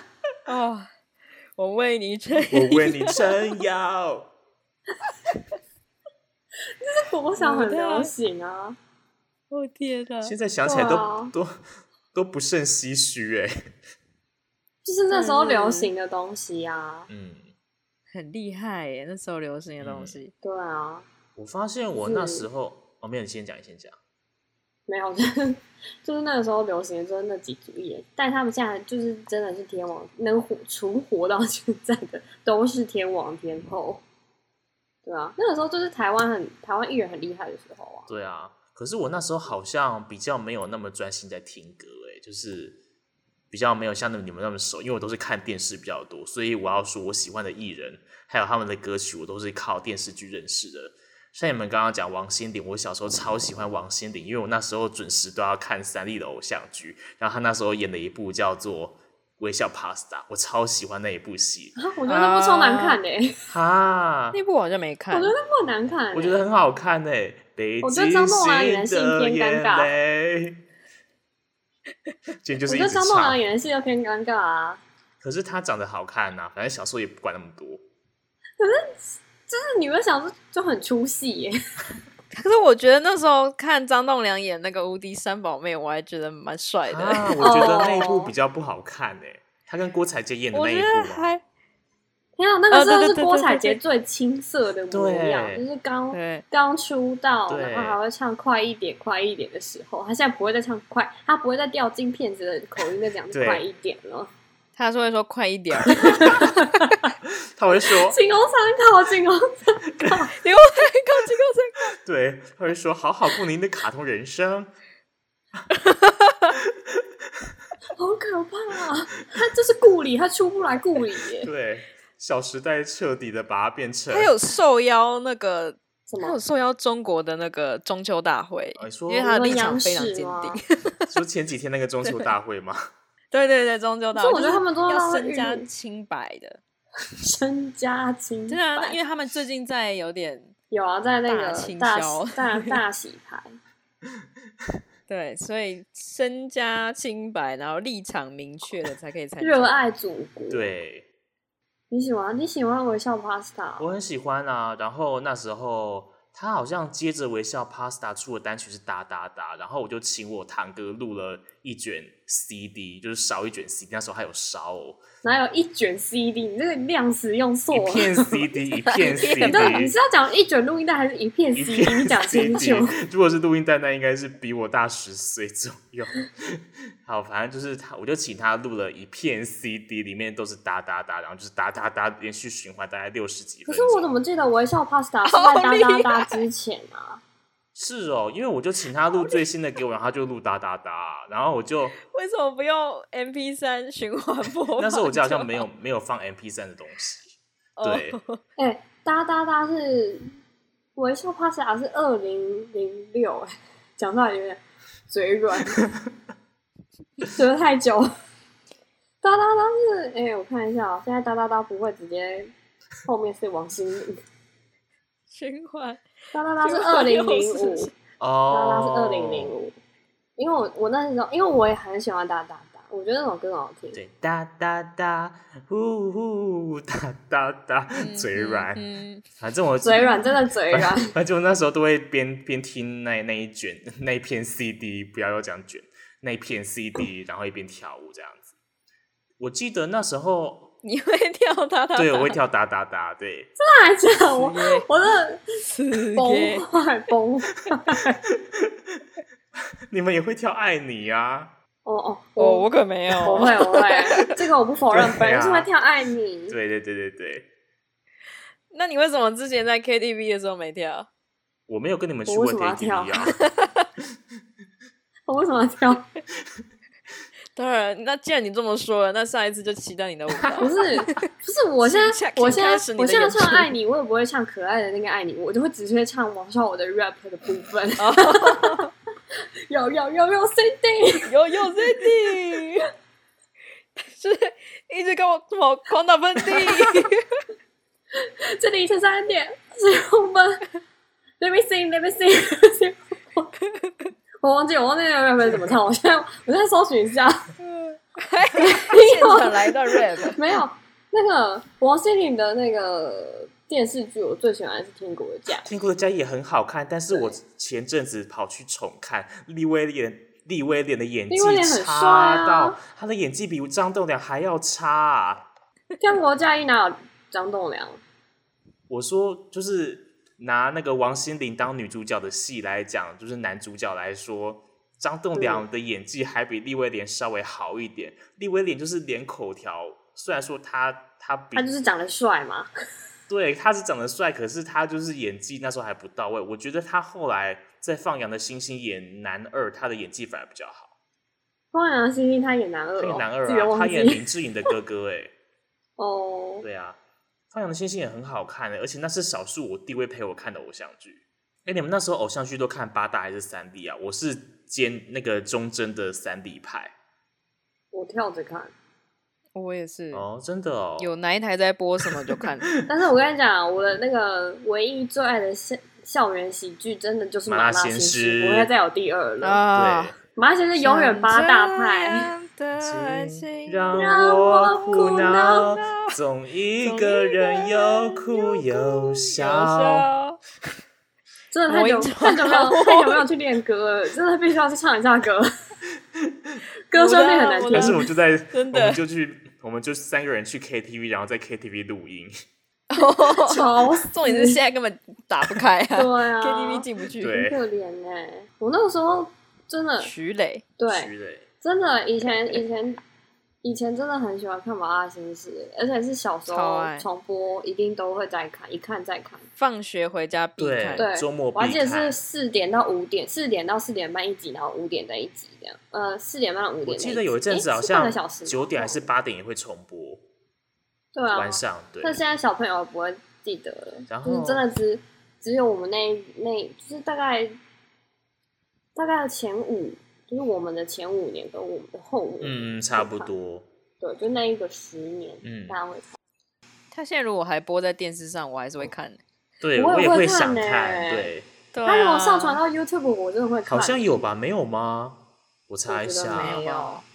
A: 哦，我为你撑
B: 我为你撑腰。
C: 我想很
A: 我的
C: 流行啊。
A: 我天哪！
B: 现在想起来都
C: 哇
B: 都都不胜唏嘘哎。
C: 就是那时候流行的东西啊，
B: 嗯，
A: 很厉害耶，那时候流行的
C: 嗯
A: 东西。
C: 对啊，
B: 我发现我那时候哦，没有，你先讲，你先讲。
C: 没有， 就是就是那个时候流行的就是那几组艺人，但他们现在就是真的是天王，能活存活到现在的都是天王天后。对啊，那个时候就是台湾很台湾艺人很厉害的时候啊。
B: 对啊，可是我那时候好像比较没有那么专心在听歌，哎，就是比较没有像那你们那么熟，因为我都是看电视比较多，所以我要说我喜欢的艺人还有他们的歌曲，我都是靠电视剧认识的。像你们刚刚讲王心凌，我小时候超喜欢王心凌，因为我那时候准时都要看三立的偶像剧，然后她那时候演了一部叫做《微笑 Pasta》，我超喜欢那一部戏
C: 啊，我觉得那部超难看的、欸，
B: 哈。
A: 那部我好像没
C: 我
A: 看
C: 觉得，那部很难看、欸。
B: 我觉得很好看诶、北
C: 我觉
B: 京
C: 得张栋梁演的
B: 新
C: 戏偏尴
B: 眼
C: 尬
B: 泪今天就
C: 我
B: 是一
C: 觉得
B: 直
C: 张栋梁
B: 唱。
C: 演的戏就偏尴尬啊。
B: 可是他长得好看呐、反正小时候也不管那么多。
C: 就是你们想说就很出戏欸耶、
A: 可是我觉得那时候看张栋梁演那个《无敌三宝妹》，我还觉得蛮帅的。
B: 啊，我觉得那一部
C: 哦
B: 比较不好看诶、他跟郭采洁演的
A: 我
B: 那一
A: 觉
B: 部
A: 得
B: 嘛，
A: 还
C: 天啊，那个
A: 哦对
C: 真的
A: 对
C: 是
A: 对
C: 郭
A: 对
C: 采
A: 对对
C: 洁最青涩的模样，
B: 对
C: 就是刚
A: 对，
C: 刚出道，
B: 对
C: 然后还会唱快一点快一点的时候，他现在不会再唱快，他不会再掉进骗子的口音再讲
B: 对
C: 快一点了。
A: 他说会说快一点 儿，
B: 他会说，
C: 仅供参考，仅供
A: 你给我靠近靠近。
B: 对，他会说好好过您的卡通人生。
C: 好可怕啊！他就是顾里，他出不来顾里耶。
B: 对，《小时代》彻底的把它变成
A: 他有受邀那 个，
C: 什
A: 他
C: 么
A: 有？受邀中国的那个中秋大会，
B: 呃说
A: 因为他的
C: 你
A: 立
C: 说
A: 场
C: 央
A: 非常
C: 视
A: 坚
C: 吗
A: 定。
B: 说前几天那个中秋大会嘛，
A: 对对对，中秋大
C: 可
A: 会，
C: 是我觉得
A: 就
C: 他们中秋大
A: 要
C: 会
A: 身家
C: 运
A: 清白的，
C: 身家清
A: 真的啊、那
C: 白
A: 因为他们最近在有点
C: 有啊，在那个
A: 大清
C: 大
A: 销
C: 大大洗 牌，
A: 对，所以身家清白，然后立场明确的才可以参加。
C: 热爱祖国。，
B: 对。
C: 你喜欢你喜欢微笑 pasta？哦
B: 我很喜欢啊。然后那时候他好像接着微笑 Pasta 出的单曲是哒哒哒，然后我就请我堂哥录了一卷 CD，就是烧一卷 CD，那时候还有烧哦，
C: 哪有一卷 CD？你这个量词用错
B: 一
C: 了。
B: 片 CD，一片
C: 哦你到底
B: CD
C: 你是。要讲一卷录音带还是一片
B: 一
C: CD？你
B: 片
C: 讲清
B: CD
C: 楚。。
B: 如果是录音带，那应该是比我大十岁左右。 好，反正就是他，我就请他录了一片 CD，里面都是哒哒哒，然后就是哒哒哒，连续循环大概六十几
C: 可
B: 分
C: 是
B: 钟。 哦
C: 我怎么记得微笑 pasta 是在
A: 好
C: 哒
A: 厉害
C: 哒哒之前啊？
B: 是哦，因为我就请他录最新的给我，然后他就录哒哒哒，然后我就
A: 为什么不用 M P 三循环播放就好？
B: 那时候我家好像没有没有放 MP 三的东西，
A: 哦
B: 对，
C: 哎、哒哒哒是微笑帕西亚是二零零六，哎，讲出来有点嘴软， 折太久。哒哒哒是哎、我看一下啊，现在哒哒哒不会直接后面是王心凌，
A: 循环
C: 哒哒 哒是二零零五，哒哒哒是
B: 哦，
C: 二零零五，因为我我那时候因为我也很喜欢哒哒哒，我觉得那首歌很好听。
B: 对，哒哒哒，呼呼哒哒哒，嘴软，
A: 嗯，嗯
B: 反正我
C: 嘴软，真的嘴软。
B: 反正我那时候都会边边听那那一卷那一片 CD，不要要讲卷那一片 CD，然后一边跳舞这样子。我记得那时候，
A: 你会 跳哒哒？
B: 对我会跳哒哒哒，对，
C: 太讲我，我真的
A: 死
B: 哦
C: 崩
A: 给哦
C: 坏崩坏。
B: 你们也会跳爱你啊，
C: 哦哦，
A: 哦，我可没有，
C: 我会我会，这个我不否认，
B: 对啊
C: 本人是会跳爱你。
B: 对对对对对，
A: 那你为什么之前在 KTV 的时候没跳？
B: 我没有跟你们去过
C: 我为什么要
B: KTV
C: 跳
B: 啊，
C: 我为什么要跳？
A: 当然，那既然你这么说了，那下一次就期待你的舞
C: 不
A: 蹈。
C: 是不是，我现在
A: 请
C: 我现在
A: 开始你的
C: 我现在
A: 演出
C: 唱爱你，我也不会唱可爱的那个爱你，我就会只会唱王少我的 rap 的部分。
B: 哦
A: 哦
C: 有有有有 Cindy，
A: 有有 Cindy，就是一直跟我跟我狂打喷 嚏。
C: 这里是三点十五分。Let me sing, let me sing, let me sing. 我忘记我忘记那个 rap 怎么唱，我现在我现在搜寻一下。
A: 现场来一段 rap，
C: 没有，那个王心凌的那个电视剧，我最喜欢的是《天国的 嫁
B: 天国的家也很好看，但是我前阵子跑去重看利威廉。利威廉的演技
C: 利威廉很帅啊
B: 差到，他的演技比张栋梁还要差、啊。》。
C: 《天国的嫁衣》哪有张栋梁？
B: 嗯我说就是拿那个王心凌当女主角的戏来讲，就是男主角来说，张栋梁的演技还比利威廉稍微好一点。利威廉就是脸口条，虽然说他他比
C: 他就是长得帅嘛。
B: 对他是长得帅，可是他就是演技那时候还不到位。我觉得他后来在《放羊的星星》演男二，他的演技反而比较好。
C: 汪洋星星他演男二、哦，
B: 他演男二
C: 自己都
B: 啊，他
C: 忘
B: 演
C: 记
B: 林志颖的哥哥哎、
C: 哦。
B: 对啊，《放羊的星星》也很好看的、欸而且那是少数我弟会陪我看的偶像剧。哎、你们那时候偶像剧都看八大还是三 D 啊？我是兼那个忠贞的三 D 派
C: 我跳着看，
A: 我也是。
B: 哦，真的哦，
A: 有哪一台在播什么就 看。
C: 但是我跟你讲，啊我的那个唯一最爱的校校园喜剧，真的就是《
B: 麻
C: 麻
B: 辣
C: 辣鲜
B: 鲜
C: 师
B: 师》，
C: 不会再有第二了。
B: 对，
A: 啊，
C: 麻辣鲜师永远八大派，
A: 派
B: 请
A: 让
B: 让
C: 我
B: 我
C: 苦
B: 苦
C: 恼
B: 恼，总一个人又哭又笑。
A: 笑。
C: 真的太久
A: 我一直
C: 太久没有太久没有去练歌了，真的必须要去唱一下歌，歌声会很难
A: 我
C: 听
A: 的
B: 但。是我就在，
A: 真的
B: 我们就去，我们就三个人去 KTV，然后在 KTV 录音。
C: 超死
A: 重点是现在根本打不开啊
C: 对 啊
A: ，KTV 进不去。
B: 对
C: 很可怜呢、我那个时候真的
A: 徐磊，
C: 对，
B: 虚嘞
C: 真的以前以前以前真的很喜欢看《麻辣鲜师》，而且是小时
A: 超
C: 候
A: 爱
C: 重播一定都会再看，一看再看。
A: 放学回家必看。
C: 对，
B: 周末必
C: 我还记得
B: 看
C: 是四点到五点，四点到四点半一集，然后五点再一集这样。呃，四点半到五点再
B: 我
C: 一集。
B: 记得有一阵子
C: 诶
B: 好
C: 是半
B: 像
C: 个小时吗
B: 九点还是八点也会重播，
C: 对啊，
B: 晚上对。
C: 但现在小朋友不会记得了，
B: 然
C: 就是
B: 后
C: 真的只只有我们那一那，就是大概大概前五，就是我们的前五年跟我们的后五年，
B: 嗯，差不多。
C: 对，就那一个十年，
B: 嗯
C: 大家会看。
A: 他现在如果还播在电视上，我还
B: 哦
A: 是会看。
B: 对，
C: 我也
B: 也
C: 会
B: 会
C: 看
B: 想
C: 呢
B: 看，对，
A: 对
C: 他如果
A: 啊，
C: 上传到 YouTube，我真的会看。
B: 好像有吧？没有吗？我查一
C: 我觉得
B: 下
A: 哦
C: 没。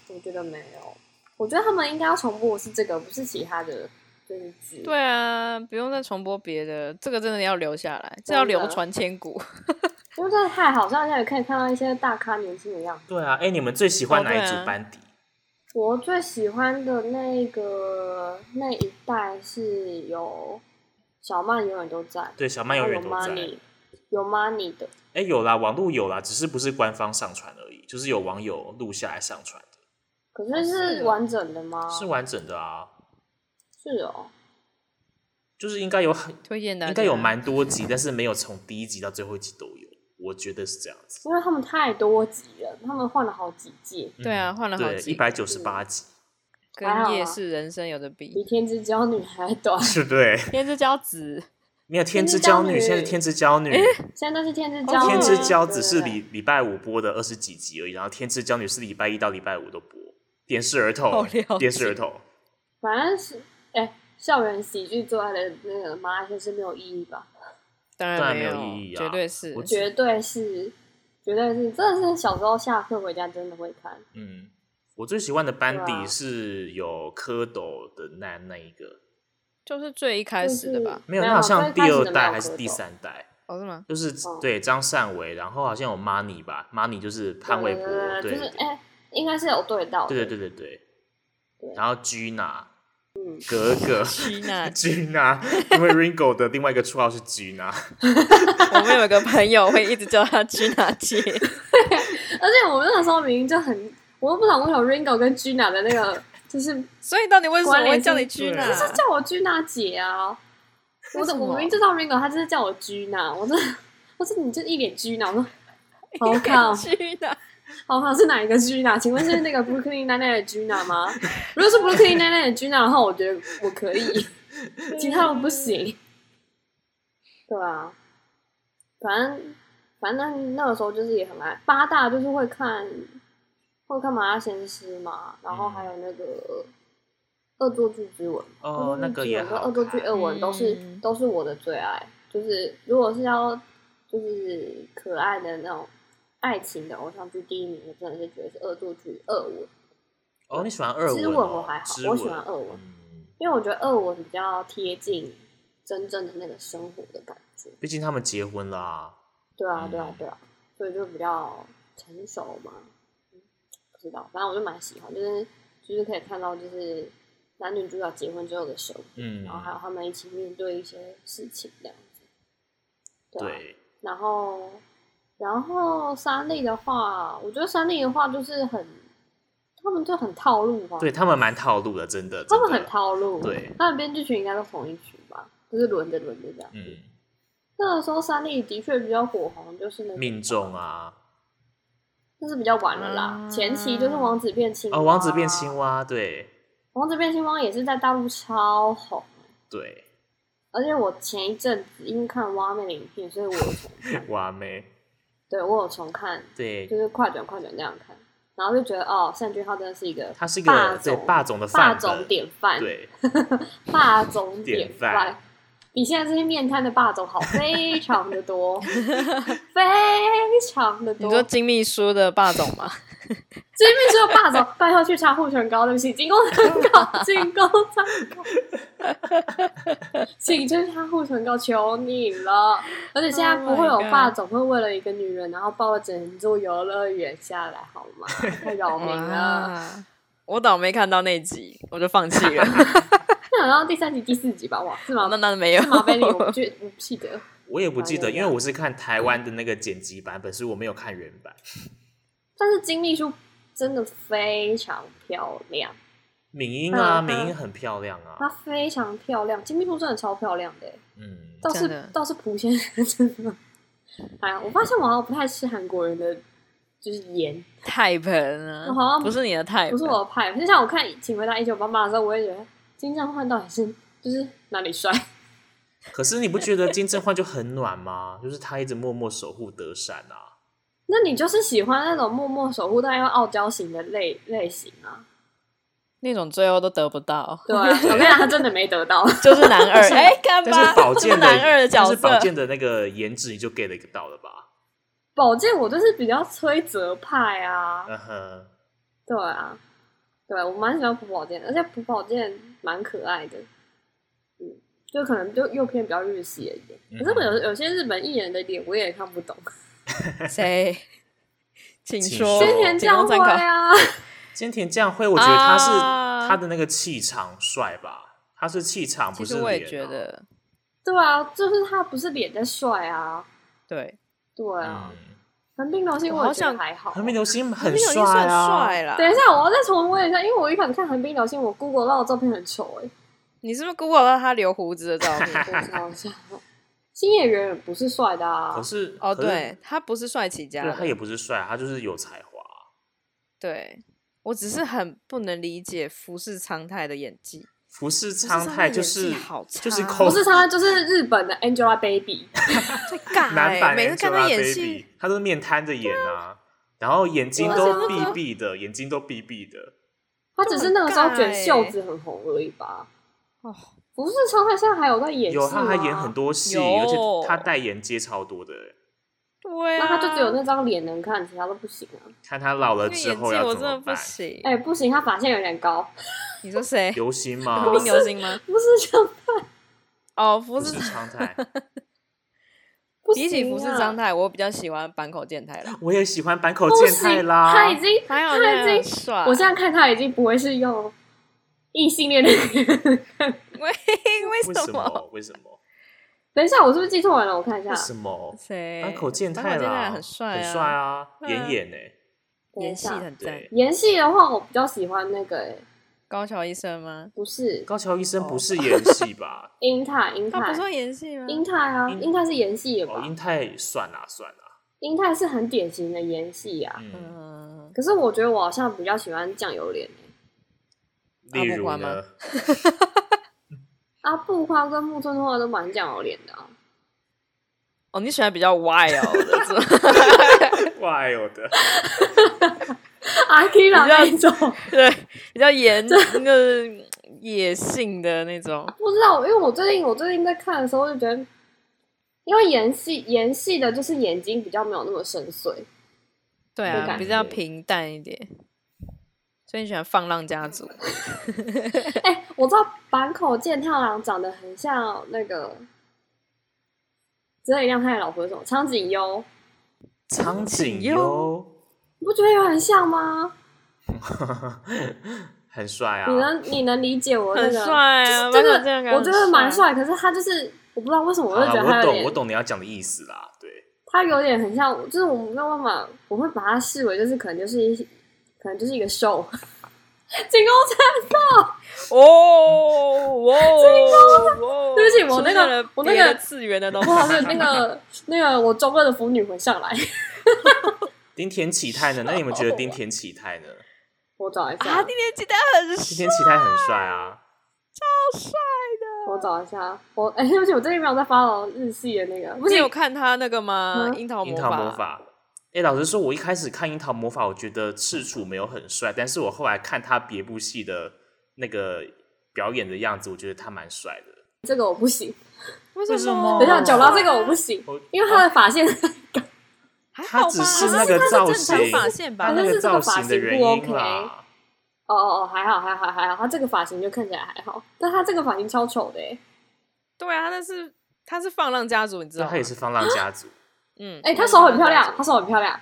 C: 有，我觉得没有。我觉得他们应该要重播的是这个，不是其他的，就是剧。
A: 对啊，不用再重播别的，这个真的要留下来，这要
C: 真的
A: 流传千古。
C: 因为真的太好笑，现在也可以看到一些大咖年轻的样子。
B: 对啊，哎，你们最喜欢哪一
A: 哦对啊
B: 组班底？
C: 我最喜欢的那个那一代是有小曼永远都在，
B: 对，小曼永远
C: 有
B: 都在。
C: money，有 money 的，
B: 哎，有啦，网络有啦，只是不是官方上传而已，就是有网友录下来上传的，
C: 可是
A: 是
C: 是
A: 哦
C: 完整的吗？
B: 是完整的啊。
C: 是哦，
B: 就是应该有很，
A: 推荐大家，
B: 应该有蛮多集，但是没有从第一集到最后一集都有。我我觉得是这样子。
C: 因为他们太多集了，他们换了好几季，
A: 对啊，换了好
B: 嗯对，
A: 几
B: 一
A: 个，
B: 百九十八集，
C: 还
A: 跟
C: 好
A: 夜
C: 啊
A: 市人生有的比。
C: 比《天之娇女》还短。
B: 是 对。
A: 天之骄子，
B: 没有天之
C: 之
B: 娇
C: 娇
B: 女，
C: 女
B: 现在是天之娇女，
C: 现在都是《天之
A: 哦
C: 娇女》，
B: 天之娇
C: 对
B: 子
C: 对
B: 是
C: 对
B: 礼礼拜五播的二十几集而已，然后天之娇女是礼拜一到礼拜五都播，电视儿
A: 好
B: 童
A: 了解，
B: 电视儿童，
C: 反正是哎、校园喜剧做爱的那个麻辣鲜是没有意义吧？
A: 当
B: 当然
A: 没
B: 没有意义啊
A: 绝对是
B: 我。
C: 绝对是，绝对是，真的是小时候下课回家真的会看。
B: 嗯，我最喜欢的班
C: 对
B: 底
C: 啊
B: 是有蝌蚪的那那一个，
A: 就是最一开始的吧？
B: 没有，
C: 没
B: 那
C: 有
B: 好
C: 最
B: 像
C: 一
B: 第
C: 开始
B: 二
C: 的没
B: 代
C: 有
B: 还是
C: 蝌
B: 第
C: �蚪
B: 三代，
A: 哦，是吗？
B: 就是
C: 哦
B: 对张善伟，然后好像有 Money 吧，Money 就是潘玮柏，
C: 对
B: 对
C: 对对，就是哎、应该是有对嗯到的。
B: 对对对对对
C: 对，
B: 然后 Gina，格 格，
A: 希娜
B: Gina，因为 Ringo 的另外一个绰号是 Gina，
A: 我们有一个朋友会一直叫她吉娜姐，
C: 而且我们那时候明明就很，我都不懂为什么 Ringo 跟 Gina 的那个， 就是就
A: 所以到底为什么
C: 关联
A: 会叫你
C: 性
A: 吉
B: 对
A: 娜？
C: 是叫我 Gina 姐啊。我
A: 为什
C: 怎
A: 么
C: 我明明知道 Ringo，他就是叫我 Gina，我真的，我说你就一脸 Gina，我说 好 靠，
A: 吉 娜，
C: 好好是哪一个 Gina？请问是那个 Brooklyn Nine Nine 的 Gina 吗？如果是 Brooklyn Nine Nine 的 Gina 的话，我觉得我可以，其他我不行。对啊，反正反正那个时候就是也很爱八大，就是会看会看《麻辣鲜师》嘛，然后还有那个《恶作剧之吻》
B: 哦，那个
C: 恶作剧之
B: 也
C: 吻跟
B: 好
C: 恶作剧
B: 看，
C: 恶吻都是、
A: 嗯
C: 都是我的最爱，就是如果是要就是可爱的那种爱情的偶像剧，第一名我真的是觉得是恶作剧恶吻，
B: 哦，你喜欢二
C: 知
B: 吻
C: 吻
B: 哦
C: 我还好
B: 知
C: 我喜欢二吻
B: 嗯
C: 因为我觉得恶吻比较贴近真正的那个生活的感觉。
B: 毕竟他们结婚啦、
C: 对啊，
B: 嗯
C: 对啊，对啊，所以就比较成熟嘛，嗯不知道，反正我就蛮喜欢，就是就是可以看到就是男女主角结婚之后的生活，
B: 嗯，
C: 然后哦还有他们一起面对一些事情这样子。对啊
B: 对，
C: 然后，然后三立的话，我觉得三立的话就是很，他们就很套路啊，
B: 对他们蛮套路的，真的，
C: 他们
B: 真的
C: 很，套路，
B: 对
C: 他们编剧群应该都同一群吧，就是轮着轮着这样。
B: 嗯，
C: 那个时候三立的确比较火红，就是那个
B: 命中啊，
C: 就是比较晚了啦，
A: 嗯
C: 前期就是王子变青蛙，
B: 哦，王子
C: 啊
B: 变青，蛙，对
C: 王子变青蛙也是在大陆超红。
B: 对，，
C: 而且我前一阵子因为看蛙妹的影片，所以我有重看
B: 哇妹，
C: 对我有重看，
B: 对
C: 就，是快转快转这样看，然后就觉得哦，单俊浩真的是一个
B: 他是一
C: 霸
B: 个
C: 总
B: 对霸总的
C: 霸
B: 范
C: 总
B: 本，
C: 典范，
B: 对，
C: 霸总典
B: 典
C: 范
B: 范，
C: 比现在这些面瘫的霸总好非常的多， 非常的
A: 你
C: 多。
A: 说金秘书的霸总 吗？
C: 这边说霸总，拜托去查护唇膏，对不起，进攻参考，进攻参考，请去查护唇膏，求你了。而且现在
A: Oh
C: 不会有
A: my God
C: 霸总会为了一个女人，然后抱了整座游乐园下来，好吗？太扰民了。
A: 哇，我倒没看到那集，我就放弃 了。
C: 那好像第三集、第四集吧，哇，是吗
A: 那？那没有
C: 是，吗？贝利，我不记，我不记得。
B: 我也不记得，
C: 哎呀
B: 因为我是看台湾的那个剪辑版本，所以我没有看原版。
C: 嗯但是金秘书真的非常漂亮，
B: 敏英啊，
C: 嗯
B: 敏英很漂亮
C: 她
B: 啊，
C: 非常漂亮，金秘书真的超漂亮的欸。
B: 嗯，
C: 倒
A: 真的
C: 是倒是蒲先生真的， 哎呀，我发现我好像不太吃韩国人的就是盐，
A: 太盆
C: 我好
A: 啊，
C: 像
A: 不是你的太，
C: 哦不是我的派。就像我看《请回答一九八八》的时候，我也觉得金正焕到底是就是哪里帅？
B: 可是你不觉得金正焕就很暖吗？ 就是他一直默默守护德善啊。
C: 那你就是喜欢那种默默守护但又傲娇型的类类型啊？
A: 那种最后都得不到，
C: 对啊， 我跟你讲，他真的没得到。
A: 就是男二。哎，看
B: 但
A: 吧
B: 是，宝
A: 这是
B: 剑的，
A: 男二的角
B: 但是宝
A: 色，
B: 剑的那个颜值你就 get 得到了吧？
C: 宝剑我就是比较崔泽派啊，
B: 嗯哼，
C: 对啊，对我蛮喜欢朴宝剑的，而且朴宝剑蛮可爱的，嗯，就可能就又偏比较日系一点。
B: 嗯
C: 可是我有有些日本艺人的脸我也看不懂，
B: 哦
A: 谁？ 请
B: 请
A: 说。
B: 说
C: 菅田
A: 仅供
C: 将
A: 参
C: 晖
A: 考
C: 啊，
B: 菅田将晖，我觉得他是、
A: 啊
B: 他的那个气场帅吧，他是气场不
A: 其实
B: 是脸、啊。
A: 我也觉，得，
C: 对啊，就是他不是脸在帅啊，
A: 对，
C: 对啊，
B: 嗯，
C: 横滨流星
A: 我好
C: 我也觉
A: 想
C: 得还好。
B: 横滨流星
A: 那
B: 很
A: 已经算
B: 啊，
A: 帅啦。
C: 等一下，我要再重温一下，因为我一开始看横滨流星，我 Google 到的照片很丑哎、
A: 你是不是 Google 到他留胡子的照片？
C: 我找一下，新演员不是帅的啊
B: 可，是
A: 哦，
B: 可是
A: 对，他不是帅起家
B: 对啊
A: 的，
B: 他也不是帅，他就是有才华。
A: 对我只是很不能理解服饰常态的演技，
B: 服饰
A: 服饰
B: 苍
A: 苍
B: 太
A: 太
B: 就
A: 演技
B: 是
A: 好
B: 就是
A: 差
B: 口
C: 不是他就是日本的 Angelababy，
A: 最尬
B: 男
A: 哎、
B: 版
A: 每次看他演
B: Angelababy，
A: 戏，
B: 他都是面瘫着演啊，然后眼睛
C: 对
B: 都
C: 而且那
B: 闭
C: 个
B: 闭的，眼睛都闭闭的。
C: 他只是那个时候卷袖子很红而已吧。
A: 哦，
C: 不是常泰现在还有在演戏
B: 有，
C: 吗？
B: 他还演很多戏，
A: 啊有
B: 而且他代言接超多的。
A: 对
C: 那
A: 啊，
C: 他就只有那张脸能看，其他都不行啊。
B: 看他老了
A: 因为
B: 之
A: 演技
B: 后要
A: 我
B: 怎
A: 真的
B: 么
A: 不
B: 办？
A: 行。
C: 哎、不行，他发线有点高，
A: 你说谁？
B: 刘星吗？
A: 国民流星吗？
C: 不是这样，
A: 哦，服
B: 不
A: 饰
B: 是常态，
C: 不行、啊。
A: 比起服饰张太，我比较喜欢坂口健太郎。
B: 我也喜欢坂口
C: 不
B: 健
C: 行
B: 太啦。
C: 他已经，
A: 还有
C: 他已
A: 那个
C: 经
A: 帅，
C: 我现在看他已经不会是用异性恋的人。
A: 为
B: 为
A: 为
B: 什
A: 什么？
B: 么？为什 么？
C: 等一下，我是不是记错人了？我看一下
B: 为，什么？
A: 谁？
B: 坂口健太
A: 坂口
B: 啦，
A: 很帅、啊，
B: 很帅，啊，
A: 对啊
B: 演演呢。
C: 等一
A: 演戏
C: 下
A: 很赞。
B: 对，
C: 演戏的话，我比较喜欢那个、欸，
A: 高桥医生吗？
C: 不是
B: 高桥医生不是演戏吧？
C: 英泰，英
A: 他不
C: 泰，
A: 算演戏吗？
C: 英泰啊，
B: 英
C: 英泰是演戏的
B: 哦，
C: 吧
B: 英？泰算啦算啦，
C: 英泰是很典型的演戏啊。
B: 嗯，
A: 嗯，
C: 可是我觉得我好像比较喜欢酱油脸、欸，
A: 阿
B: 例
A: 木
B: 如
A: 瓜
B: 呢
A: 吗，
C: 阿布宽跟木村拓哉都蛮酱油脸的、啊。
A: 哦，你喜欢比较歪哦，我的是
B: 哇有的，
C: 阿 K 拉那一种，
A: 对，比较严那个野性的那种。
C: 不知道，因为我最近我最近在看的时候就觉得，因为演戏演戏的就是眼睛比较没有那么深邃，
A: 对
C: 的
A: 啊，
C: 感
A: 比较
B: 觉
A: 平淡一点。所以你喜欢放浪家 族？
C: 哎、我知道坂口健太郎长得很像那个泽野亮太的老婆是什么苍井优，
B: 苍井
A: 优
B: 优
C: 你不觉得有很像吗？
B: 很帅
C: 你
B: 啊，
C: 能你能理解我那
A: 很
C: 个？
A: 帅啊！坂口健
C: 就是真
A: 太
C: 的，
A: 郎
C: 我觉得蛮
A: 很。
C: 帅，可是他就是我不知道为什么，
B: 好
C: 我就
B: 啦
C: 觉得他
B: 我
C: 有
B: 懂
C: 点，
B: 我懂你要讲的意思啦，对，
C: 他有点很像，就是我没有办法，我会把他视为就是可能就是一可能就是一个 show，进攻菜。
A: 哦哦！
C: 对不起我
A: 出
C: 那个
A: 现了
C: 我那
A: 别的
C: 个
A: 次元的 东西
C: 我。好像那个那个我中二的腐女魂上来，
B: 丁田启泰呢？那你们觉得丁田启泰呢？
C: 我找一
A: 啊，
C: 下
A: 今，天记得很
B: 丁
A: 帅
B: 田启泰很帅啊，
C: 我找一下，我哎，对不起，我最近没有在发了日系的那个，不
A: 你
C: 行
A: 有，看他那个吗？
C: 嗯
A: 樱桃
B: 樱
A: 魔
B: 桃魔
A: 法。
B: 法。哎、老实说，我一开始看《樱桃魔法》，我觉得赤楚没有很帅，但是我后来看他别部戏的那个表演的样子，我觉得他蛮帅的。
C: 这个我不行，
A: 为
B: 为什
A: 哦
B: 么
C: 等一下讲到这个我
A: 不
C: 不行，
B: 我
C: 因为他的发线，
A: 还
B: 他
A: 好吧
B: 只是
A: 还
B: 那个
A: 他
B: 造
A: 是正常
B: 型
A: 发线吧
B: 他
C: 好？
B: 那
C: 像
B: 个
C: 是这
B: 造
C: 个发
B: 型的
C: 型不
B: 原因
C: OK
B: 啦。
C: 哦哦哦，还好还好还好，他这个发型就看起来还好，但他这个发型超丑的哎，
A: 对啊，那是他是放浪家族，你知道
B: 那
A: 吗？
B: 他也是放浪家族，
A: 嗯，
C: 哎，他手很漂亮，他手很漂亮，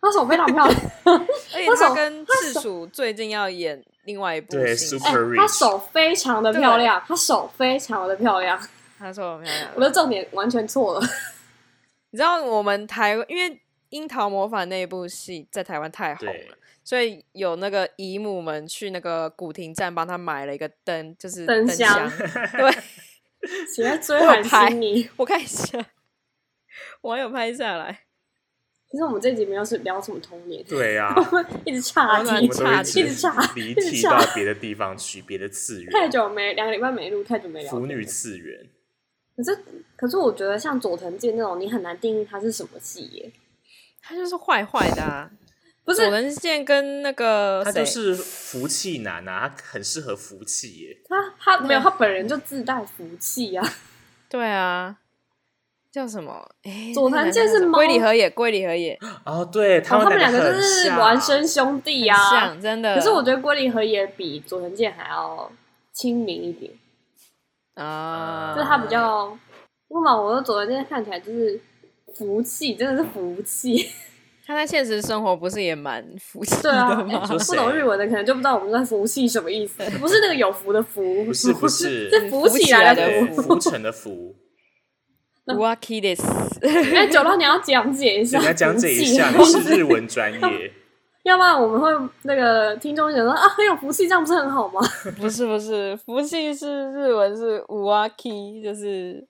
C: 他手非常漂亮，
A: 而且
C: 他
A: 他
C: 手
A: 跟赤楚最近要演另外一部
B: 对
A: 新
B: Super
C: 哎
B: Rich，
C: 他手非常的漂亮，他手非常的漂亮，
A: 他说很漂亮
C: 我的重点完全 错了，
A: 你知道我们台因为《樱桃魔法》那一部戏在台湾太红
B: 对
A: 了，，所以有那个姨母们去那个古亭站帮他买了一个灯，就是
C: 灯
A: 箱。 对，
C: 喜欢追
A: 我有
C: 韩
A: 拍
C: 星你。
A: 我看一下，我还有拍下来。
C: 其实我们这集没有是聊什么童年，
B: 对 啊，
C: 我们一直岔
A: 我
C: 题
A: 们
B: 我，们都
A: 差
B: 一
A: 点
C: 一直差
B: 直离
C: 一直
B: 题到
C: 差
B: 别的地方去，别的次元，
C: 太久没两个礼拜没录，太久没聊
B: 腐
C: 天了。
B: 女次元。
C: 可是可是我觉得像佐藤健那种，你很难定义它是什么戏耶。
A: 他就是坏坏的、啊，
C: 不
A: 佐
C: 是
A: 藤健跟那个
B: 他
A: 谁，
B: 就是福气男啊，他很适合福气耶。
C: 他他没有他本人就自带福气啊，
A: 对啊，叫什么？哎，
C: 佐
A: 那个
C: 藤
A: 男
C: 健
A: 生叫
C: 是
A: 什么
C: 猫
A: 龟梨和也，龟梨和也
B: 哦，对他
C: 然后他们两
B: 两
C: 个
B: 个
C: 就
B: 很
C: 是
B: 像
C: 孪生兄弟啊。
A: 像真的。
C: 可是我觉得龟梨和也比佐藤健还要亲民一点，
A: 得啊，
C: 就是他比较，不嘛，我觉得佐藤健看起来就是福气，真的是福气。
A: 他在现实生活不是也蛮福气
C: 对
A: 的
C: 啊，
A: 吗？
B: 说
C: 不
B: 谁
C: 懂日文的可能就不知道我们在服气什么意思，不是那个有福的福，
B: 不是不
C: 是，
B: 是
C: 是浮起来的
A: 浮
B: 对
A: 起
C: 福。
A: 来的
B: 浮沉的 浮。
A: 哇 k i s
C: 哎，九六你要讲解一下，
B: 人家讲解一 下，你
C: 福气
B: 是日文专业，
C: 要不然我们会那个听众想说啊，很有福气，这 样不是很 好吗？
A: 不是不是，福气是日文是 uaki，就是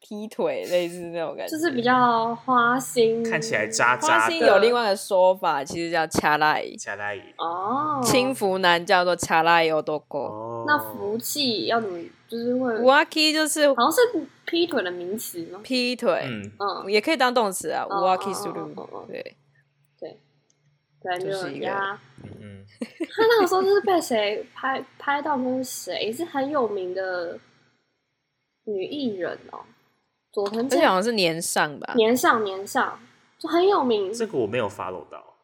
A: 劈腿，类似那种感觉。
C: 就是比较花心，
B: 看起来渣
A: 花
B: 渣
A: 心
B: 的。
A: 有另外一个说法，其实叫掐赖，
B: 加拉伊
C: 哦。
A: 轻浮男叫做掐赖欧多哥。
B: 哦，
C: 那福气要怎么？就是会，
A: w a k i 就是
C: 好像是劈腿的名词吗？
A: 劈腿，
B: 嗯，
C: 嗯，
A: 也可以当动词啊。
C: 哦
A: w a k i
C: 哦
A: s u
C: 哦哦哦
A: r 对，
C: 对，
A: 就
C: 就是
A: 一个
C: 呀。
B: 嗯嗯，
C: 他那个时候就是被谁拍 拍到，跟谁是很有名的女艺人哦，佐藤
A: 而且
C: 健
A: 好，像是年上吧。
C: 年上年上就很有名，
B: 这个我没有 follow 到，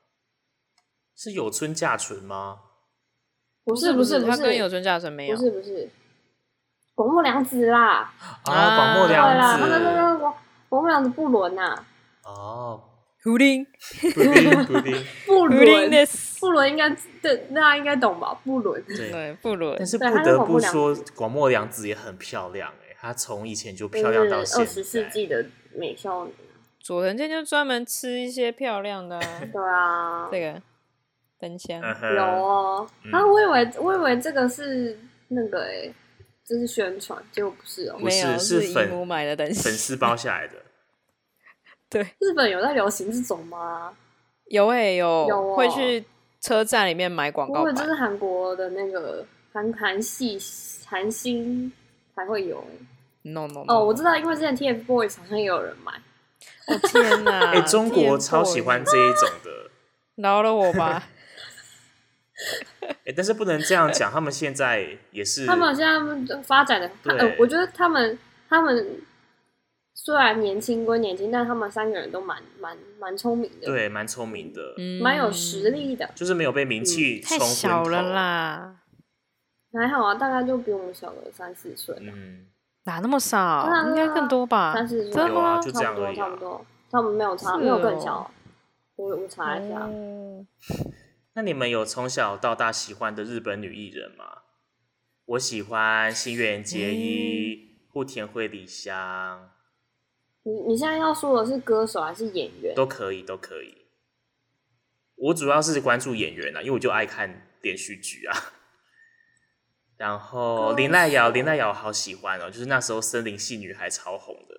B: 是有村架纯吗？
C: 不是
A: 不
C: 不是不
A: 他
C: 是
A: 跟有村架纯没有
C: 不。是不是广木凉子啦，
A: 啊
B: 啊，广末
C: 对啦，他
B: 凉
C: 那那
B: 子，
C: 那广广木凉子不伦呐，
B: 哦，
A: 胡林，
B: 布丁布 丁，
C: 不
A: 胡林
C: 伦
A: 的死。
C: 不伦应该对大家应该懂吧？不伦
B: 对。
A: 对，不伦
B: 但。是
C: 对
B: 不
C: 她是
B: 得
C: 广
B: 不
C: 末凉
B: 说
C: 子，
B: 广末凉子也很漂亮哎、她从以前就
C: 就是
B: 漂亮到现在。
C: 二十世纪的美少女，
A: 佐藤健就专门吃一些漂亮的、
C: ，
A: 啊
C: 对啊，
A: 这个灯箱。
B: 嗯哼
C: 有哦，
B: 嗯
C: 啊，我以为我以为这个是那个哎、这是宣传，结果不是哦。
B: 不
A: 没有，
B: 是
A: 是姨
B: 粉
A: 母买的灯
B: 粉
A: 箱。
B: 丝包下来的，
C: 日本有在流行这种吗？
A: 有诶、有，
C: 有哦
A: 会去车站里面买广
C: 不
A: 告
C: 过这
A: 牌。
C: 是韩国的那个韩韩系韩星才会有哎、
A: No no no！
C: 哦，我知道，因为之前 TFBOYS 好像也有人买，
A: 哦天哪！
C: 啊
B: 哎、中国超喜欢
A: 天
B: 这一种的，
A: 哪，饶了我吧。
B: 哎、但是不能这样讲，他们现在也是，
C: 他们现在他们发展的，他
B: 对
C: 呃，我觉得他们他们虽然年轻归年轻，但他们三个人都蛮蛮蛮聪明的，，
B: 对蛮聪明的，
A: 嗯，
C: 蛮有实，力的，
B: 就是没有被名气冲
A: 太
B: 昏头
A: 小了，啦，
C: 还好啊，大概就比我们小个三四岁吧。
B: 嗯，
A: 哪那么少？
C: 那
A: 应该更多吧？
C: 啊三四岁
A: 真的
B: 有啊，
A: 吗
B: 就？这
C: 差
B: 样
C: 不多，
B: 而已、
C: 差
B: 啊
C: 不。多，他们没有差，
A: 是
C: 没有更
A: 哦
C: 小。我我查一下，
A: 嗯
B: 那你们有从小到大喜欢的日本女艺人吗？我喜欢新垣结衣、户田惠梨香，
C: 你你现在要说的是歌手还是演员？
B: 都可以，都可以。我主要是关注演员啊，因为我就爱看连续剧啊。然后
C: 歌
B: 林
A: 哦
B: 濑遥，
C: 手
B: 林濑遥好喜欢哦，就是那时候森林系女孩超红的。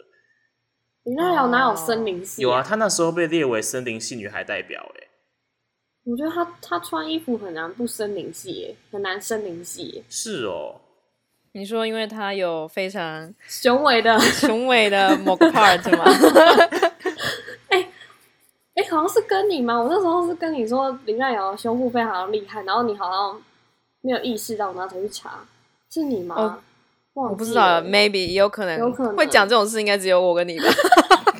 C: 你那有哪有
A: 哦
C: 森林系？
B: 有啊，，她那时候被列为森林系女孩代表哎、
C: 我觉得他他穿衣服很难不森林系耶，很难森林系耶，
B: 是哦，
A: 你说，因为他有非常
C: 雄伟的。
A: 雄伟的某个 part 吗？
C: 哎、好像是跟你吗？我那时候是跟你说林奈瑶胸部非常厉害，然后你好像没有意识到，然后才去查，是你吗？
A: 哦
C: 忘
A: 我不
C: 记
A: 知道啊
C: 了
A: ，maybe 有可能
C: 有可能
A: 会讲这种事，应该只有我跟你吧。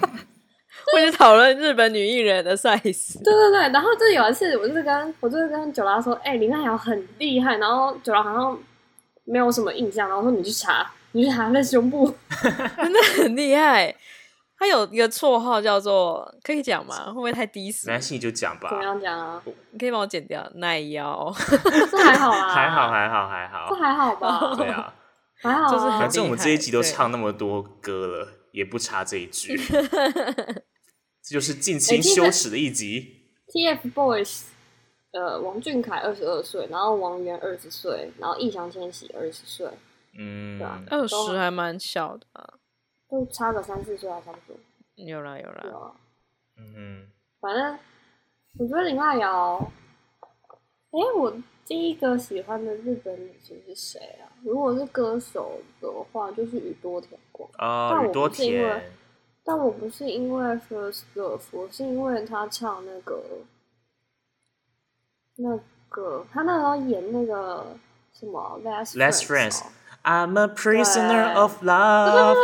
A: 会去讨论日本女艺人的 size，
C: 对对对，然后就有一次，我就是跟我就是跟九拉说，哎、林奈瑶很厉害，然后九拉好像没有什么印象，然后说你去查，你去查那胸部，
A: 真的很厉害。她有一个绰号叫做，可以讲吗？会不会太低俗
B: 没？关系，你就讲吧
C: 怎。么样讲啊？
A: 你可以帮我剪掉。奶 腰，
C: 这还好啊，
B: 还好，，还好，还好
C: 这。还好吧？
B: 对啊，
C: 还好、啊，
A: 就是很
B: 反正我们这一集都
A: 对
B: 唱那么多歌了，也不差这一 句。这就是尽情
C: 哎其实
B: 羞耻的一集。
C: TFBOYS，呃，王俊凯二十二岁，然后王源二十岁，然后易烊千玺二十岁，
B: 嗯
C: 对啊，
A: 二十还蛮小的啊、
C: 就差个三四岁还啊差不多，
A: 有啦有
C: 对
A: 啦，
C: 啊。
B: 嗯
C: 反正我觉得林奈瑶，哎、我第一个喜欢的日本女星是谁啊？如果是歌手的话，就是宇多田光。
B: 哼，哦，
C: 但
B: 宇
C: 我
B: 多
C: 不是因为
B: 田，
C: 但我不是因为 First Love，我是因为她唱那个那个，她那时候演那个什么 Last
B: Last Friends
C: 哦
B: I'm a prisoner
C: 对
B: of
C: 对哦对
B: love,
C: 对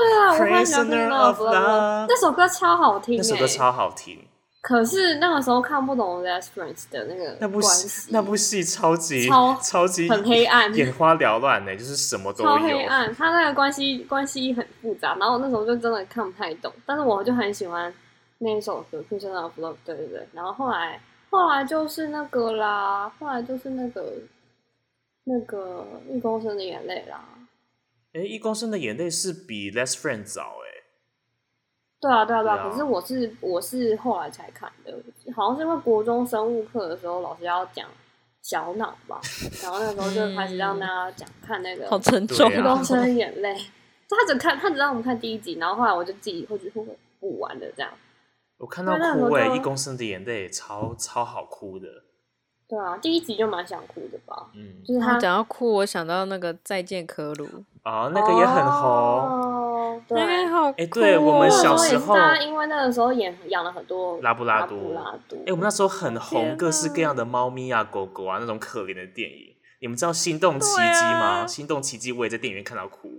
C: 对，我很喜欢
B: prisoner of love
C: 那。首歌超好听、欸，
B: 那首歌超好听，
C: 可是那个时候看不懂 Last Friends 的那个
B: 那部
C: 关
B: 戏
C: 系，
B: 那部戏超级
C: 超
B: 超级
C: 很黑暗
B: 眼花缭乱呢，就是什么都
C: 超黑
B: 有。
C: 暗，他那个关系关系很复杂，然后我那时候就真的看不太懂，但是我就很喜欢那一首歌《Prisoner of Love》，对对对，然后后来后来就是那个啦，后来就是那个那个一公升的眼泪啦，
B: 哎，一公升的眼泪是比 Last Friend 早哎，
C: 对啊对啊对
B: 对
C: 啊，
B: 啊
C: 可是我是我是后来才看的，好像是因为国中生物课的时候老师要讲小脑吧，然后那时候就开始让大家讲看那个
A: 好沉
B: 对
A: 重
B: 啊
C: 一
A: 啊
C: 公升的眼泪，就 他只看他只让我们看第一集，然后后来我就自己会觉得会补完的这样。
B: 我看到
C: 那那
B: 哭
C: 我
B: 哎、
C: 就
B: 一公升的眼泪，超超好哭的。
C: 对啊，第一集就蛮想哭的吧，
B: 嗯，
C: 就是
A: 然
C: 他
A: 后 讲到哭，我想到那个《再见可鲁》，
B: 啊，那个也很红。
C: 哦、对，
A: 那个也好哭、哦。
B: 哎对我们
C: 那个时
B: 小
C: 候
B: 时
C: 也
B: 候
C: 是大家因为那个时候也养了很多
B: 拉布拉多
C: 布拉多，
B: 哎、我们那时候很
A: 天哪
B: 红各式各样的猫咪啊、狗狗啊那种可怜的电影。你们知道《心动奇迹》吗？
A: 对啊
B: 心动奇迹》我也在电影院看到哭，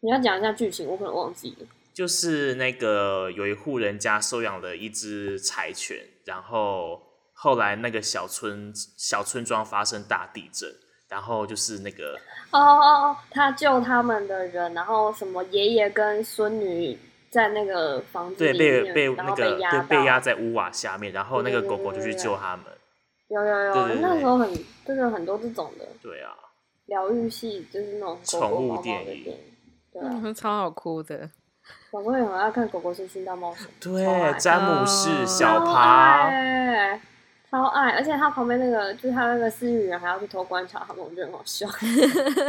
C: 你要讲一下剧情，我可能忘记了。
B: 就是那个有一户人家收养了一只柴犬，然后后来那个小村小村庄发生大地震，然后就是那个
C: 哦哦，哦，他救他们的人，然后什么爷爷跟孙女在那个房子
B: 对
C: 里
B: 被
C: 面，
B: 被
C: 然
B: 那
C: 后
B: 个
C: 压
B: 对
C: 到，
B: 被压在屋瓦下面，然后那个
C: 对对
B: 狗
C: 对
B: 狗就去
C: 对对
B: 救他们。
C: 有有有，
B: 对对对
C: 那时候很真的很多这种的
B: 对啊，
C: 疗愈系，就是那种
B: 宠
C: 狗狗
B: 物
C: 猫猫的
B: 电
C: 电
B: 影
C: 影。对啊，
A: 嗯，超好哭 的。
C: 小朋友很爱看《狗狗星星大冒险》，超爱
B: 对，詹姆士、
A: 哦
B: 小
C: 超
B: 爬，
C: 爱超爱，而且他旁边那个就是他那个私语人还要去偷观察他们，我觉得很好笑。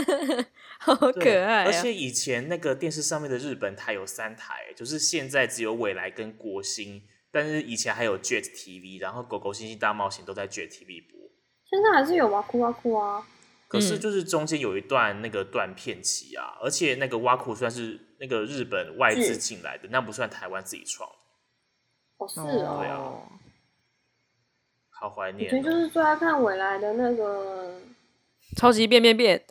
A: 好可
B: 对
A: 爱、啊，
B: 而且以前那个电视上面的日本台有三台，就是现在只有未来跟国星，但是以前还有 Jet TV，然后《狗狗星星大冒险》都在 Jet TV 播。
C: 现在还是有哇哭啊哭啊，
B: 可是
A: 嗯
B: 就是中间有一段那个断片期啊，而且那个挖苦算是那个日本外资
C: 嗯
B: 进来的，那不算台湾自己创的，
C: 哦是
B: 对
C: 哦，
B: 啊好怀
C: 以
B: 念
C: 前就
B: 哦。
C: 是最爱看未来的那个
A: 超级变变变，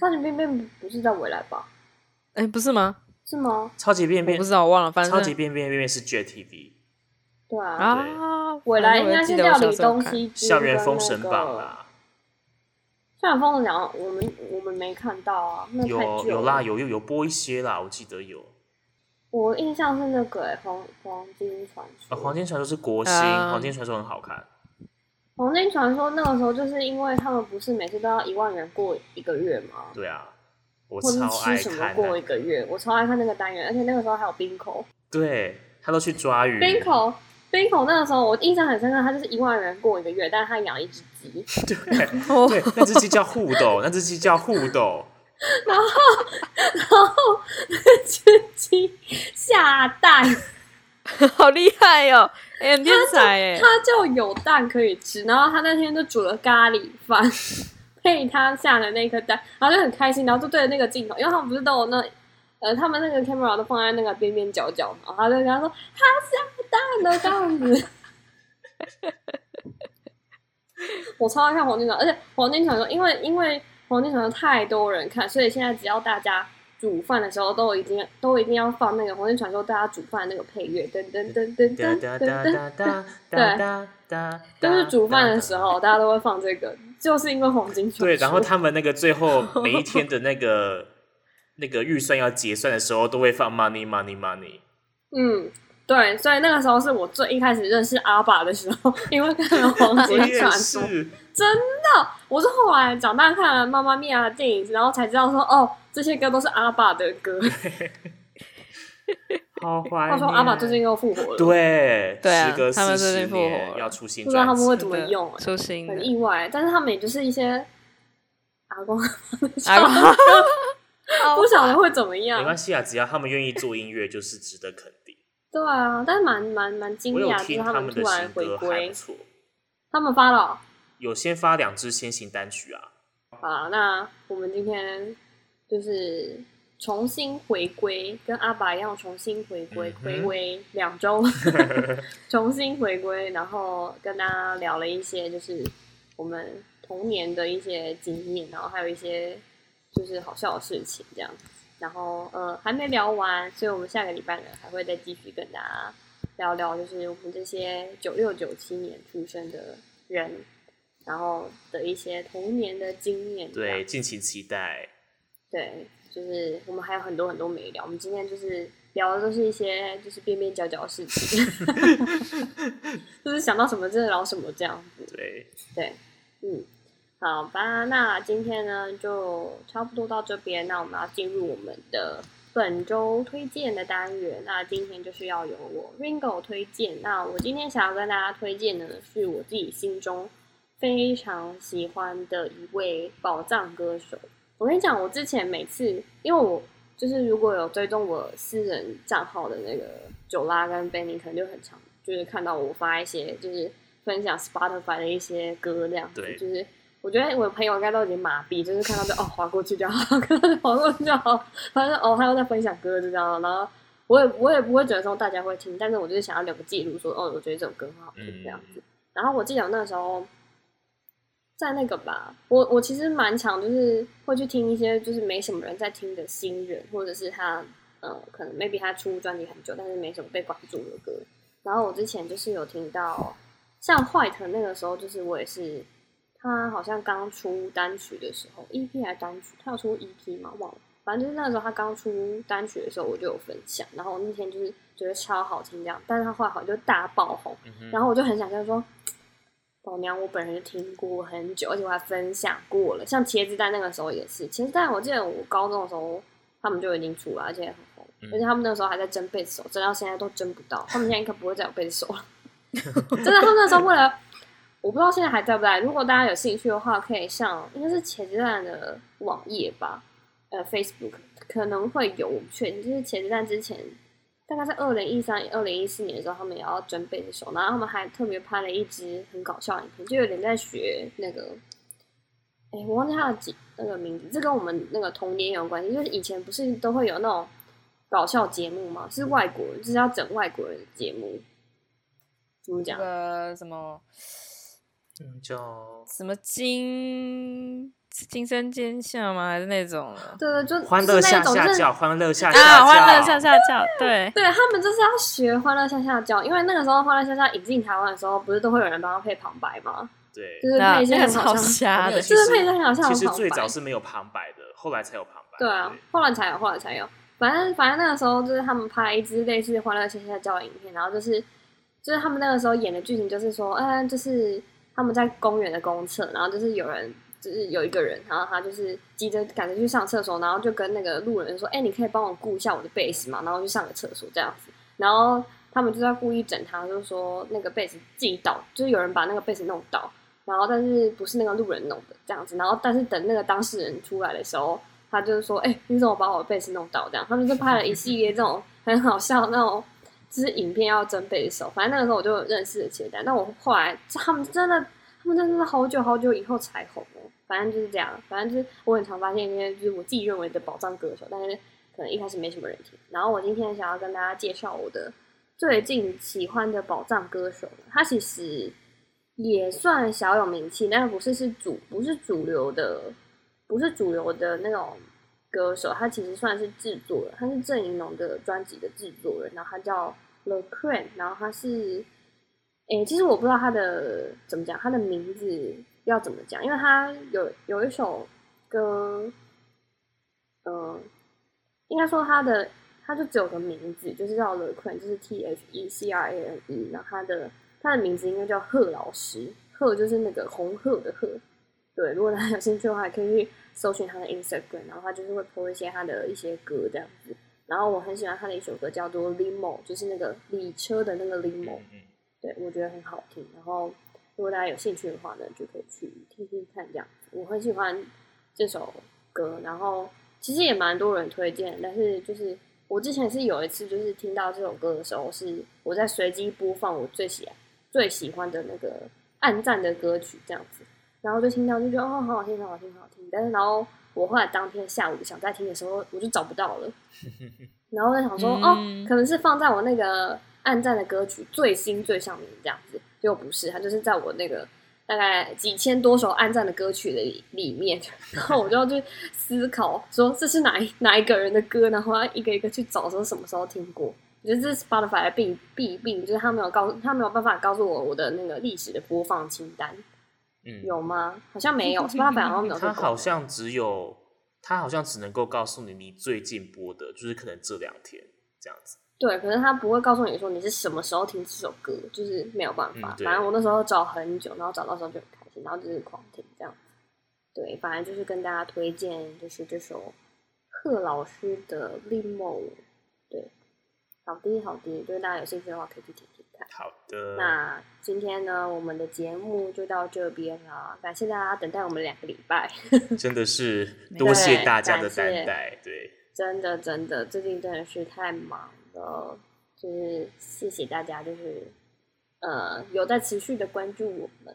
C: 超级变变不是在未来吧？
A: 哎、不是吗？
C: 是吗？
B: 超级变
A: 我
B: 变
A: 不，知道，我忘了，反正
B: 超级变变变变是 Jet TV，
C: 对啊，
A: 啊，
C: 未
A: 反
C: 来
A: 正
C: 应
A: 我
C: 该
A: 记
C: 是
A: 得我
C: 料
A: 小
C: 理
A: 时候
C: 东
A: 看。
C: 西
B: 校园封神榜
C: 啦。
B: 啦，
C: 校园封神榜我们我们没看到啊，那太
B: 有
C: 久
B: 有
C: 了
B: 啦，有有有播一些啦，我记得有。
C: 我印象是那个欸黄黄金传
B: 啊，
C: 说，
B: 黄金传说是国星，
A: 啊
B: 黄金传说很好看。
C: 黄金传说那个时候就是因为他们不是每次都要一万元过一个月吗？
B: 对啊，我
C: 或者是
B: 超爱
C: 吃什么
B: 看
C: 过一
B: 的。
C: 个月，我超爱看那个单元，而且那个时候还有冰口，
B: 对他都去抓鱼，
C: 冰口，冰口那个时候我印象很深刻，他就是一万元过一个月，但是他养一只 鸡，
B: 对
A: 哦
B: 对，那只鸡叫互 斗，那只鸡叫互斗，
C: 然后 那只鸡下蛋，
A: 好厉害哦！哎、很天才哎、
C: 它就有蛋可以吃。然后他那天就煮了咖喱饭， 配他下的那颗蛋，然后就很开心，然后就对着那个镜头，因为他们不是都有那。呃，他们那个 camera 都放在那个边边角角嘛，然后他就跟他说他下蛋了这样子。 我超爱看黄金传说，而且黄金传说，因为因为黄金传说太多人看，所以现在只要大家煮饭的时候，都已经都一定要放那个黄金传说大家煮饭的那个配乐，噔噔噔噔
B: 哒哒
C: 噔噔
B: 哒
C: 噔
B: 哒哒哒哒哒，
C: 就是煮饭的时。候，大家都会放这个，就是因为黄金传说。
B: 对，然后他们那个最后每一天的那个 那个预算要结算的时候，都会放 money money money。
C: 嗯，对，所以那个时候是我最一开始认识阿爸的时候，因为看了黄
B: 我
C: 金
B: 也
C: 传说。
B: 是，
C: 我是后来长大看了妈妈咪呀的电影，然后才知道说，哦，这些歌都是阿爸的歌。
B: 哎好怀
C: 话
B: 念。
C: 说阿爸最近又复活了，
B: 对
A: 对啊
B: 时隔
A: 他们最
B: 四十
A: 近复活
B: 年
A: 了
B: 要出新
C: 不知道
B: 专
C: 他们会
B: 辑，
C: 怎么用、欸，
A: 出新
C: 很
A: 的哎
C: 意外。但是他们也就是一些阿公，
A: 阿 公
C: 不晓得会怎么样
B: 没。关系啊，只要他们愿意做音乐，就是值得肯 定。
C: 对啊，但是蛮蛮蛮惊
B: 我有
C: 讶，啊就是
B: 听
C: 他们
B: 们
C: 突
B: 的
C: 然
B: 新
C: 回
B: 歌还
C: 归
B: 不。错，
C: 他们发了哦、
B: 有先发两支先行单曲啊，
C: 好啦，那我们今天就是重新回归，跟阿爸一样重新回归，
B: 嗯哼
C: 回归两 周，重新回归，然后跟大家聊了一些就是我们童年的一些经验，然后还有一些就是好笑的事情这样。然后呃还没聊完，所以我们下个礼拜呢还会再继续跟大家聊聊，就是我们这些九六九七年出生的人，然后的一些童年的经验。
B: 对，敬请期待。
C: 对，就是我们还有很多很多没聊，我们今天就是聊的都是一些就是边边角角的事情， 就是想到什么真的聊什么这样子。
B: 对，
C: 对，嗯，好吧，那今天呢就差不多到这边，那我们要进入我们的本周推荐的单元。那今天就是要由我 Ringo 推荐。那我今天想要跟大家推荐的呢，是我自己心中非常喜欢的一位宝藏歌手。我跟你讲，我之前每次因为我就是如果有追踪我私人账号的那个九拉跟 Benny，可能就很常就是看到我发一些就是分享 Spotify 的一些歌这样子
B: 对，
C: 就是我觉得我朋友应该都已经麻痹，就是看到就哦划过去就好， 划过去就好，反正哦他又在分享歌就这样，然后我也我也不会觉得说大家会听，但是我就是想要留个记录说哦我觉得这首歌很好听这样子。然后我记得我那时候在那个吧，我我其实蛮常就是会去听一些就是没什么人在听的新人，或者是他呃可能 maybe 他出专辑很久，但是没什么被关注的歌。然后我之前就是有听到像 White 那个时候，就是我也是他好像刚出单曲的时候，EP 还是单曲，他有出 EP 吗？忘了。反正就是那个时候他刚出单曲的时候，我就有分享，然后我那天就是觉得超好听这样，但是他后来好像就大爆红，
B: 嗯哼
C: 然后我就很想跟他说，老娘我本人就听过很久，而且我还分享过了。像茄子蛋那个时候也是，茄子蛋我记得我高中的时候他们就已经出了，而且很红，
B: 嗯
C: 而且他们那时候还在争贝斯手，争到现在都争不到，他们现在应该不会再有贝斯手了。 真的，他们那时候为了。我不知道现在还在不在。如果大家有兴趣的话，可以上应该是茄子蛋的网页吧，呃，Facebook 可能会有，我不确定。就是茄子蛋之前大概在二零一三、二零一四年的时候，他们也要准备的时候，然后他们还特别拍了一支很搞笑的影片，就有点在学那个，哎、我忘记他的几那个名字，这跟我们那个童年有关系，就是以前不是都会有那种搞笑节目吗？是外国人，就是要整外国人的节目，怎么
A: 那
C: 讲？
A: 个什么
B: 嗯叫
A: 什么金金身尖下吗？还是那种的
C: 对对，就
B: 欢
C: 是
B: 乐
C: 那
B: 下
C: 种就
B: 下
C: 是
B: 叫，欢乐下下
A: 啊？
B: 叫，
A: 欢乐下下叫， 对，
C: 对他们就是要学《欢乐向下教》，因为那个时候《欢乐向下》引进台湾的时候，不是都会有人帮他配旁白吗？
B: 对
C: 就。是
A: 那
C: 配一些
A: 啊那个
C: 很 好
A: 超
C: 笑，
A: 瞎
B: 没有
A: 的，
B: 其
C: 就是配一
B: 实
C: 些很好笑的
B: 其
C: 旁白。
B: 实最早是没有旁白的，后来才有旁白。
C: 对啊，后来才有，后来才有。反正反正那个时候就是他们拍一支类似《欢乐向下教》的影片，然后就是就是他们那个时候演的剧情就是说，嗯、就是他们在公园的公厕，然后就是有人。就是有一个人，然后他就是急着赶着去上厕所，然后就跟那个路人说：“哎、你可以帮我顾一下我的贝斯嘛？”然后去上个厕所这样子。然后他们就在故意整他，就是说那个贝斯自己倒，就是有人把那个贝斯弄倒，然后但是不是那个路人弄的这样子，然后但是等那个当事人出来的时候，他就是说，哎、你怎么把我的贝斯弄倒？这样，他们就拍了一系列这种很好笑那种，就是影片要争贝斯手。反正那个时候我就认识了茄蛋，但我后来他们真的，他们真的好久好久以后才红哦。反正就是这样，反正就是我很常发现一些就是我自己认为的宝藏歌手，但是可能一开始没什么人听。然后我今天想要跟大家介绍我的最近喜欢的宝藏歌手，他其实也算小有名气，但是不是是主不是主流的，不是主流的那种歌手，他其实算是制作人，他是郑怡农的专辑的制作人，然后他叫 The Crane，然后他是，诶、其实我不知道他的怎么讲，他的名字要怎么讲，因为他有有一首歌，呃，应该说他的他就只有个名字，就是叫 The Crane，就是 T H E C R A N E，然后他的他的名字应该叫贺老师，贺就是那个红鹤的鹤。对，如果大家有兴趣的话，也可以去搜寻他的 Instagram，然后他就是会 po 一些他的一些歌这样子。然后我很喜欢他的一首歌叫做《Limo》，就是那个礼车的那个 Limo，
B: 嗯嗯，
C: 对我觉得很好听。然后如果大家有兴趣的话呢，就可以去听听看这样子。我很喜欢这首歌，然后其实也蛮多人推荐，但是就是我之前是有一次就是听到这首歌的时候，是我在随机播放我最喜最喜欢的那个暗赞的歌曲这样子，然后就听到就觉得哦，好好听，好好听，好好听。但是然后我后来当天下午想再听的时候，我就找不到了。然后我就想说，
A: 嗯
C: 哦，可能是放在我那个暗赞的歌曲最新最上面这样子，结果不是，它就是在我那个大概几千多首暗赞的歌曲的里里面。 然后我就要去思考说这是哪一哪一个人的歌，然后要一个一个去找说什么时候听过。我觉得这是 Spotify 的弊弊病，就是他没有告诉他没有办法告诉我我的那个历史的播放清单
B: 嗯
C: 有吗？好像没有，Spotify 好像没有这
B: 它
C: 个功能。
B: 好像只有，它好像只能够告诉你你最近播的，就是可能这两天这样子。
C: 对，可是他不会告诉你说你是什么时候听这首歌，就是没有办法。
B: 嗯对
C: 反正我那时候找很久，然后找到时候就很开心，然后就是狂听这样子。对，反正就是跟大家推荐就是这首贺老师的《Limo》，对，好的好的，就是大家有兴趣的话可以去听听看。
B: 好的，
C: 那今天呢，我们的节目就到这边啦，感谢大家等待我们两个礼拜。
B: 真的是
A: 没
B: 多
C: 事
B: 谢大家的
C: 感谢
B: 担待，对，
C: 真的真的，最近真的是太忙了，就是谢谢大家，就是呃有在持续的关注我们，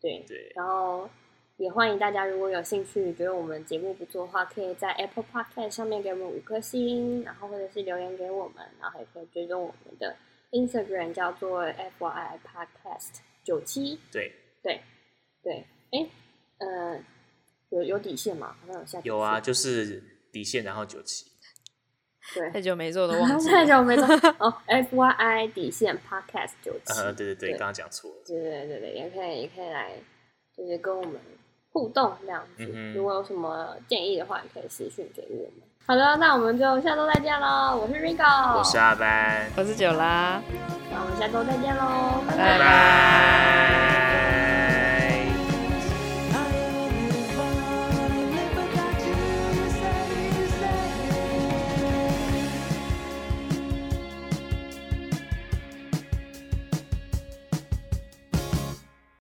C: 对，
B: 对，
C: 然后也欢迎大家如果有兴趣，觉得我们节目不错的话，可以在 Apple Podcast 上面给我们五颗星，然后或者是留言给我们，然后也可以追踪我们的 Instagram 叫做 FYI Podcast 九七，
B: 对，
C: 对对，哎，呃，有有底线吗？好像有下底
B: 有啊，
C: 线，
B: 就是底线，然后九七，
C: 对，
A: 太久没做都忘记
C: 太
A: 了。
C: 久没做 哦，F Y I 底线 Podcast 九七，
B: 呃，对对对，
C: 对
B: 刚刚讲错了，
C: 对对对对，也可以也可以来，就是跟我们互动这样子。
B: 嗯哼
C: 如果有什么建议的话，也可以私讯给我们。好的，那我们就下周再见喽！我是 Rigo，
B: 我是阿班，
A: 我是九啦，
C: 那我们下周再见喽，拜
A: 拜
C: 拜
B: 拜。